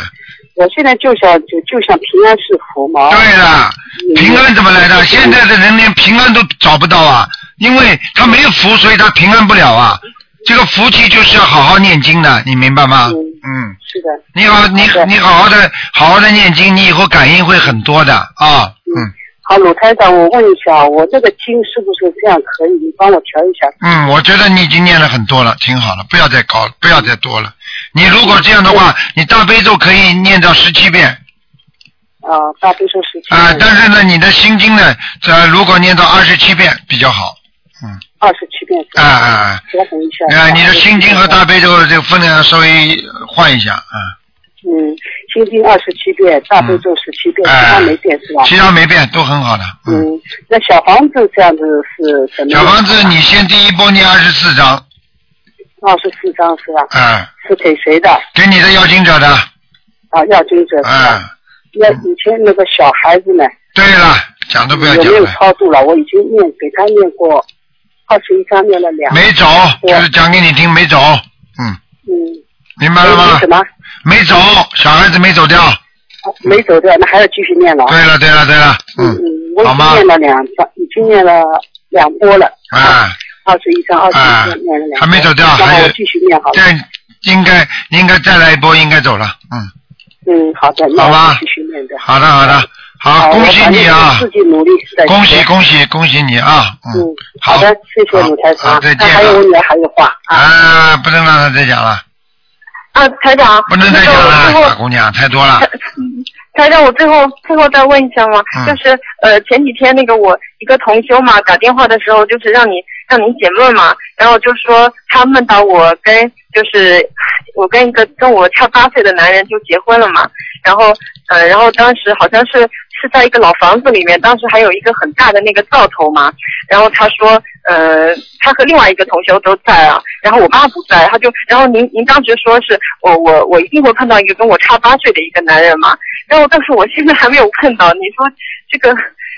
我现在就想就就想平安是福嘛，嗯
对了，平安怎么来的？现在的人连平安都找不到啊，因为他没有福，所以他平安不了啊。这个福气就是要好好念经的，你明白吗？嗯，
是的。
你好，你你好好的好好的念经，你以后感应会很多的啊。嗯
好，鲁台长，我问一下，我这个经是不是这样可以？你帮我调一下。
嗯，我觉得你已经念了很多了，挺好了，不要再高了，不要再多了。你如果这样的
嗯
话，你大悲咒可以念到十七遍
啊、大悲咒十七，
啊、但是呢，你的心经呢，呃，如果念到二十七遍比较好。
二十七遍。
啊啊啊！
调整一下。
啊，你的心经和大悲咒这个分量稍微换一下啊，
嗯，心经二十七遍，大悲咒十七遍，其他没变是吧？
哎其他没变，都很好的。
嗯，那小房子这样子是什么？
小房子，你先第一波念二十四章，
二十四张是吧？
啊，
是给谁的？
给你的要经者的，
啊，要经者。
啊，
要以前那个小孩子呢？
对了，讲都不要
有
讲
没有
了，
超度了？我已经念给他念过二十一章，念了两。
没走，就是讲给你听，没走，
嗯，
明白了吗？
什么？
没走，小孩子没走掉。
没走掉，那还要继续念了。
对了，对了，对了，嗯，
我已
好吗
经念了两张，已经念了两波了，
啊，
二十一章、二十一章念了两波。
还没走掉，
那
还
么
有
我继续念好了。
再应该应该再来一波，应该走了，嗯，
嗯，好的，那
好吧
我继续念的。
好的，好的，好，
好
恭喜你啊
我，自己努力。再见
恭喜恭喜恭喜你啊，嗯，
好的，谢谢鲁台长。
好再见
那还有我女儿还有话。
啊，不能让他再讲了，
啊，台长，
不能再啊讲了，大姑娘太多了，
台长，我最后最后再问一下嘛，
嗯
就是呃前几天那个我一个同修嘛打电话的时候，就是让你让您解梦嘛，然后就说他梦到我跟就是我跟一个跟我差八岁的男人就结婚了嘛，然后呃然后当时好像是是在一个老房子里面，当时还有一个很大的那个灶头嘛，然后他说呃他和另外一个同修都在啊，然后我妈不在，他就然后您您当时说是我我我一定会碰到一个跟我差八岁的一个男人嘛。然后但是我现在还没有碰到，你说这个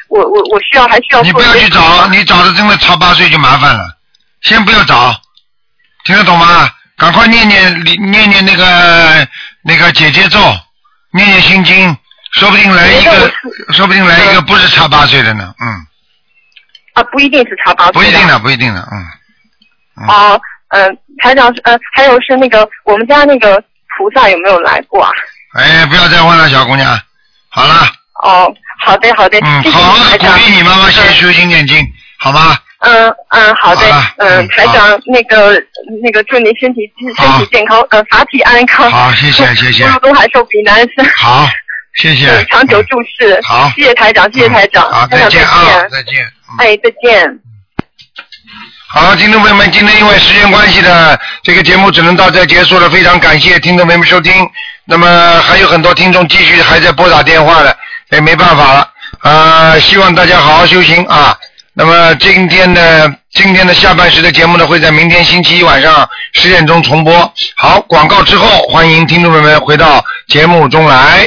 我我我需要还需要
你
做
不要
些
去
什么
找，你找的真的超八岁就麻烦了，先不要找，听得懂吗？赶快念念念念念那个那个姐姐咒，念念心经，说不定来一个，说不定来
嗯
一个不是差八岁的呢，嗯，
啊，不一定是查八
不
岁
一
的
定的，不一定的，嗯，
啊，嗯、台长是呃，还有是那个我们家那个菩萨有没有来过啊？
哎，不要再问了，小姑娘，好了，
哦，好的好的，
嗯，
谢谢
好
你
好的
台
鼓
长。
励你妈妈先修心念经，好吗？
嗯嗯，好的
好了，
嗯，台长，那个那个，祝您身体身体健康，呃，法体安康。
好谢谢谢谢
福如东海，寿比南山。
好，谢谢，
嗯长久住世。
好嗯
谢谢台长，谢谢台长。
好，
台
再
长
见啊
再，见。
再见。
哎，再见。
好，听众朋友们，今天因为时间关系呢，这个节目只能到这儿结束了。非常感谢听众朋友们收听。那么还有很多听众继续还在拨打电话的，也没办法了。呃，希望大家好好修行啊。那么今天呢，今天的下半时的节目呢，会在明天星期一晚上十点钟重播。好，广告之后，欢迎听众朋友们回到节目中来。